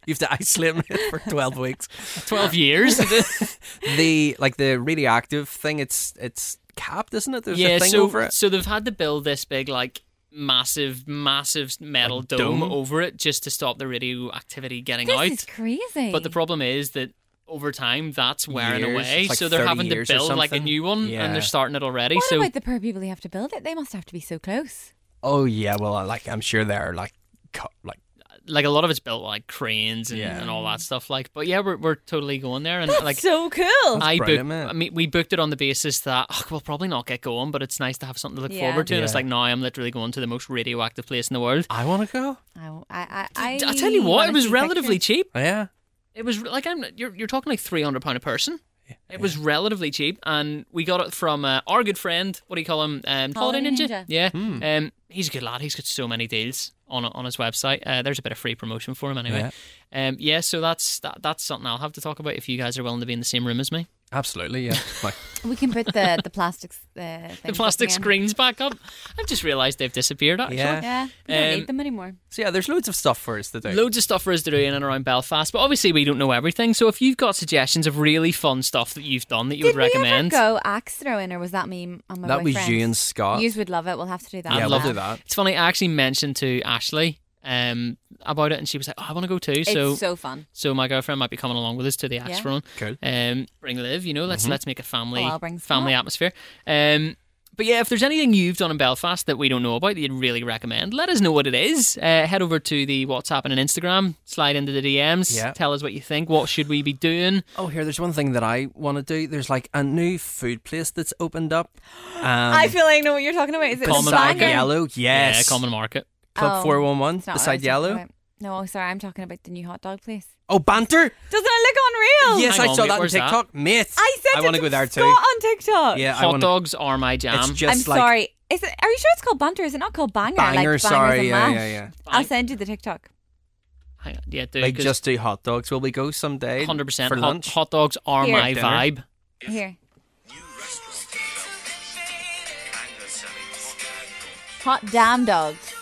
Speaker 3: you have to isolate me for twelve weeks.
Speaker 1: Twelve years.
Speaker 3: The like the radioactive thing. It's it's capped, isn't it? There's a thing
Speaker 1: so,
Speaker 3: over it.
Speaker 1: So they've had to build this big, like, massive, massive metal
Speaker 3: Like
Speaker 1: dome,
Speaker 3: dome?
Speaker 1: over it just to stop the radioactivity getting
Speaker 2: this
Speaker 1: out.
Speaker 2: is crazy.
Speaker 1: But the E problem is that over time, that's wearing
Speaker 3: Years,
Speaker 1: away.
Speaker 3: it's like
Speaker 1: so they're
Speaker 3: 30
Speaker 1: having to
Speaker 3: years or
Speaker 1: build like a
Speaker 3: something.
Speaker 1: new one,
Speaker 3: Yeah.
Speaker 1: and they're starting it already.
Speaker 2: What
Speaker 1: so
Speaker 2: about the poor people who have to build it? They must have to be so close.
Speaker 3: Oh yeah, well, I like I'm sure they're like cut, like
Speaker 1: like a lot of it's built like cranes and,
Speaker 3: Yeah.
Speaker 1: and all that stuff. Like, but yeah, we're we're totally going there, and like.
Speaker 2: so cool.
Speaker 1: I booked.
Speaker 3: brilliant, man.
Speaker 1: I mean, we booked it on the basis that "Ugh, we'll probably not get going, but it's nice to have something to look
Speaker 2: Yeah.
Speaker 1: forward to. And it's
Speaker 3: Yeah.
Speaker 1: like now I'm literally going to the most radioactive place in the world.
Speaker 3: I want to go.
Speaker 2: I, I, I,
Speaker 1: I tell you what,
Speaker 2: wanna
Speaker 1: it was
Speaker 2: see
Speaker 1: relatively
Speaker 2: pictures.
Speaker 1: cheap.
Speaker 3: Oh, yeah,
Speaker 1: It was like I'm. You're, you're talking like three hundred pound a person. It was relatively cheap, and we got it from uh, our good friend. What do you call him? Um, Holiday,
Speaker 2: Holiday
Speaker 1: Ninja.
Speaker 2: Ninja.
Speaker 1: Yeah.
Speaker 3: Hmm.
Speaker 1: Um, he's a good lad. He's got so many deals on on his website. Uh, there's a bit of free promotion for him anyway. Um, yeah. So that's that, that's something I'll have to talk about if you guys are willing to be in the same room as me.
Speaker 3: absolutely. Yeah, like
Speaker 2: We can put the the plastics the,
Speaker 1: The plastic screens back up. I've just realised they've disappeared. Actually.
Speaker 3: yeah.
Speaker 2: Yeah, we don't
Speaker 1: Um,
Speaker 2: need them anymore.
Speaker 3: So yeah, there's loads of stuff for us to do.
Speaker 1: Loads of stuff for us to do in and around Belfast, but obviously we don't know everything. So if you've got suggestions of really fun stuff that you've done that you
Speaker 2: Did
Speaker 1: would
Speaker 2: we ever
Speaker 1: recommend,
Speaker 2: go axe throwing, or was that me and my
Speaker 3: that was
Speaker 2: boyfriend?
Speaker 3: you and Scott.
Speaker 2: Yous would love it. We'll have to do that.
Speaker 3: yeah,
Speaker 1: I'd
Speaker 2: as
Speaker 3: we'll
Speaker 1: love
Speaker 3: do
Speaker 2: well.
Speaker 3: that.
Speaker 1: It's funny. I actually mentioned to Ashley um, about it, and she was like, oh, "I want to go too."
Speaker 2: It's
Speaker 1: So, so,
Speaker 2: so, fun.
Speaker 1: my girlfriend might be coming along with us to the axe
Speaker 2: Yeah.
Speaker 1: run.
Speaker 3: Cool. Mm-hmm.
Speaker 1: Um, bring Liv. You know, let's let's make a family
Speaker 2: Oh, I'll bring some
Speaker 1: family
Speaker 2: up.
Speaker 1: atmosphere. Um, but yeah, if there's anything you've done in Belfast that we don't know about that you'd really recommend, let us know what it is. Uh, head over to the WhatsApp and Instagram, slide into the DMs,
Speaker 3: Yeah.
Speaker 1: tell us what you think. What should we be doing?
Speaker 3: Oh, here, there's one thing that I want to do. There's like a new food place that's opened up. Um,
Speaker 2: I feel like I know what you're talking about. Is it
Speaker 1: Common
Speaker 2: Bangor?
Speaker 1: Market.
Speaker 3: Yellow, yes.
Speaker 1: Yeah, common market.
Speaker 3: Club
Speaker 2: Oh,
Speaker 3: 411,
Speaker 2: It's not what I was
Speaker 3: beside
Speaker 2: talking
Speaker 3: Yellow.
Speaker 2: about. No, sorry, I'm talking about the new hot dog place.
Speaker 3: Oh, Banter?
Speaker 2: Doesn't it look unreal?
Speaker 3: Yes,
Speaker 1: Hang
Speaker 3: I
Speaker 1: on,
Speaker 3: saw
Speaker 1: wait,
Speaker 3: that on
Speaker 1: where's that?
Speaker 3: TikTok. Mate,
Speaker 2: Oh. I said
Speaker 3: I
Speaker 2: it
Speaker 3: want to
Speaker 2: to
Speaker 3: go there
Speaker 2: Scott
Speaker 3: too.
Speaker 2: on TikTok.
Speaker 3: Yeah, I
Speaker 1: Hot
Speaker 3: want to.
Speaker 1: dogs are my jam.
Speaker 3: It's just
Speaker 2: I'm
Speaker 3: like
Speaker 2: sorry. Is it? Are you sure it's called banter? Is it not called banger?
Speaker 3: banger,
Speaker 2: like bangers
Speaker 3: sorry.
Speaker 2: and
Speaker 3: Yeah,
Speaker 2: mash?
Speaker 3: yeah, yeah.
Speaker 2: I'll send you the TikTok.
Speaker 1: Hang on, yeah, dude,
Speaker 3: Like, just do hot dogs. Will we go someday?
Speaker 1: hundred percent.
Speaker 3: For
Speaker 1: Hot,
Speaker 3: lunch?
Speaker 1: hot dogs are
Speaker 2: Here.
Speaker 1: my
Speaker 3: Dinner.
Speaker 1: vibe.
Speaker 2: Here,
Speaker 5: Hot
Speaker 2: hot damn dogs.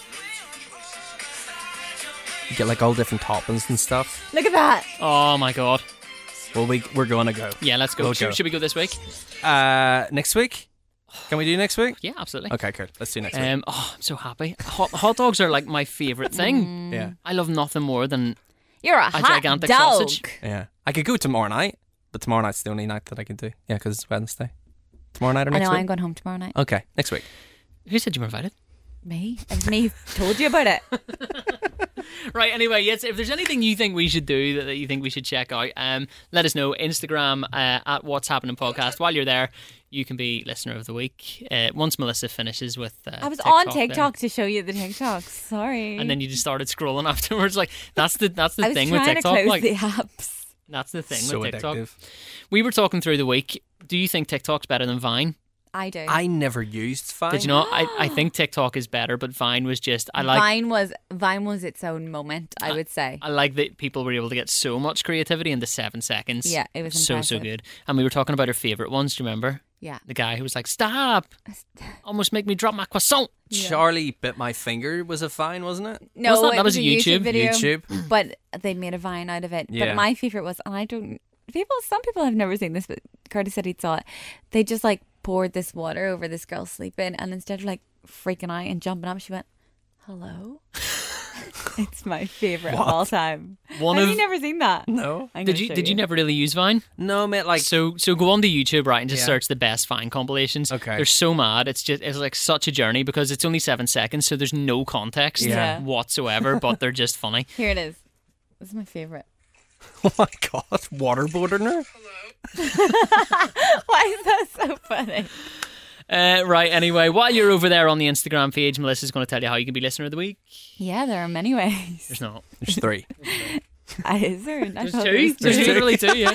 Speaker 3: You get like all different toppings and stuff.
Speaker 2: Look at that.
Speaker 1: Oh my god.
Speaker 3: Well, we, we're going to go.
Speaker 1: Yeah, let's go.
Speaker 3: We'll
Speaker 1: should,
Speaker 3: go.
Speaker 1: should we go this week?
Speaker 3: Uh, next week? Can we do next week?
Speaker 1: Yeah, absolutely.
Speaker 3: Okay, cool. Let's do next
Speaker 1: Um, oh, I'm so happy. Hot, hot dogs are like my favorite thing.
Speaker 3: week. Yeah.
Speaker 1: I love nothing more than
Speaker 2: You're a, hot
Speaker 1: gigantic
Speaker 2: dog.
Speaker 1: sausage.
Speaker 3: Yeah. I could go tomorrow night, but tomorrow night's the only night that I can do. Yeah, because it's Wednesday. Tomorrow night or
Speaker 2: I
Speaker 3: next
Speaker 2: know.
Speaker 3: week?
Speaker 2: I'm going home tomorrow night.
Speaker 3: Okay, next week.
Speaker 1: who said you were invited?
Speaker 2: Me? It was me. who Told you about it.
Speaker 1: Right. Anyway, yes. If there's anything you think we should do that, that you think we should check out, um, let us know. Instagram uh, at What's Happening Podcast. While you're there, you can be listener of the week. Uh, once Melissa finishes with, uh,
Speaker 2: I was on
Speaker 1: there.
Speaker 2: TikTok to show you the TikTok. Sorry.
Speaker 1: and then you just started scrolling afterwards. Like that's the that's
Speaker 2: I
Speaker 1: the
Speaker 2: was
Speaker 1: thing with
Speaker 2: trying to
Speaker 1: TikTok.
Speaker 2: close
Speaker 1: Like
Speaker 2: the apps.
Speaker 1: that's the thing
Speaker 3: so
Speaker 1: with TikTok.
Speaker 3: addictive.
Speaker 1: We were talking through the week. Do you think TikTok's better than Vine?
Speaker 2: I do.
Speaker 3: I never used Vine.
Speaker 1: Did you know? I, I think TikTok is better, but Vine was just I like
Speaker 2: Vine was Vine was its own moment. I would say.
Speaker 1: I like that people were able to get so much creativity into seven seconds.
Speaker 2: Yeah, it was
Speaker 1: so so
Speaker 2: impressive.
Speaker 1: good. And we were talking about our favorite ones. Do you remember
Speaker 2: yeah.
Speaker 1: the guy who was like, "Stop! Almost make me drop my croissant."
Speaker 3: Charlie bit my finger was a Vine, wasn't it?
Speaker 2: No,
Speaker 1: What's that?
Speaker 2: it
Speaker 1: That was a YouTube-
Speaker 2: video,
Speaker 3: YouTube.
Speaker 2: But they made a vine out of it.
Speaker 3: Yeah.
Speaker 2: But my favorite was, and I don't people. Some people have never seen this, but Curtis said he saw it. They just like poured this water over this girl sleeping, and instead of like freaking out and jumping up, she went, "Hello." it's my favorite of all time.
Speaker 1: One
Speaker 2: have
Speaker 1: of-
Speaker 2: you never seen that?
Speaker 3: No.
Speaker 2: I'm
Speaker 1: Did
Speaker 2: gonna
Speaker 1: you
Speaker 2: show
Speaker 1: did you never really use Vine?
Speaker 3: No, mate, like
Speaker 1: So so go on to YouTube right and just
Speaker 3: Yeah.
Speaker 1: search the best Vine compilations.
Speaker 3: Okay.
Speaker 1: They're so mad. It's just it's like such a journey because it's only seven seconds, so there's no context
Speaker 2: Yeah.
Speaker 1: whatsoever, but they're just funny.
Speaker 2: Here it is. This is my favorite.
Speaker 3: Oh my god, waterboarding her?
Speaker 2: Why is that so funny?
Speaker 1: Uh, right, anyway, while you're over there on the Instagram page, Melissa's going to tell you how you can be listener of the week.
Speaker 2: Yeah, there are many ways.
Speaker 1: There's not.
Speaker 3: There's three.
Speaker 2: I- is there? I
Speaker 1: There's
Speaker 2: thought there
Speaker 1: two.
Speaker 2: was
Speaker 1: There's
Speaker 2: three.
Speaker 1: literally two, yeah.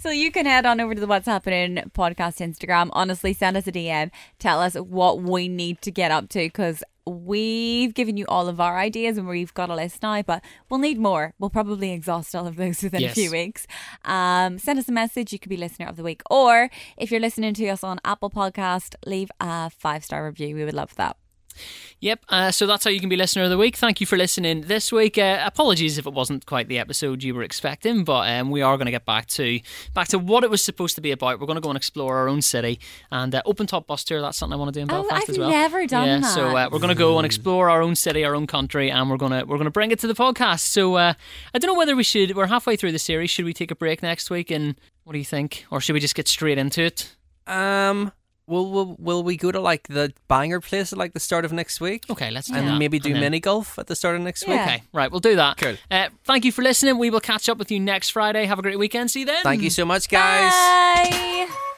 Speaker 2: So you can head on over to the What's Happening podcast Instagram. Honestly, send us a DM. Tell us what we need to get up to because we've given you all of our ideas and we've got a list now, but we'll need more. We'll probably exhaust all of those within
Speaker 1: Yes.
Speaker 2: a few weeks. Um, send us a message. You could be listener of the week. Or if you're listening to us on Apple Podcast, leave a five star review. We would love that.
Speaker 1: Yep. Uh, so that's how you can be listener of the week. Thank you for listening this week. Uh, apologies if it wasn't quite the episode you were expecting, but um, we are going to get back to back to what it was supposed to be about. We're going to go and explore our own city and uh, open top bus tour. That's something I want to do in
Speaker 2: Oh,
Speaker 1: Belfast
Speaker 2: I've
Speaker 1: as well.
Speaker 2: never done
Speaker 1: yeah,
Speaker 2: that.
Speaker 1: So uh, we're going to go and explore our own city, our own country, and we're gonna we're gonna bring it to the podcast. So uh, I don't know whether we should. We're halfway through the series. Should we take a break next week? And what do you think? Or should we just get straight into it?
Speaker 3: Um, will, will will we go to like the banger place at like the start of next week?
Speaker 1: Oh, Okay, let's do
Speaker 3: And
Speaker 1: that.
Speaker 3: maybe do
Speaker 1: then-
Speaker 3: mini golf at the start of next week?
Speaker 2: Yeah.
Speaker 1: Okay, right, we'll do that.
Speaker 3: Cool.
Speaker 1: Uh, thank you for listening. We will catch up with you next Friday. Have a great weekend. See you then.
Speaker 3: Thank you so much, guys.
Speaker 2: Bye.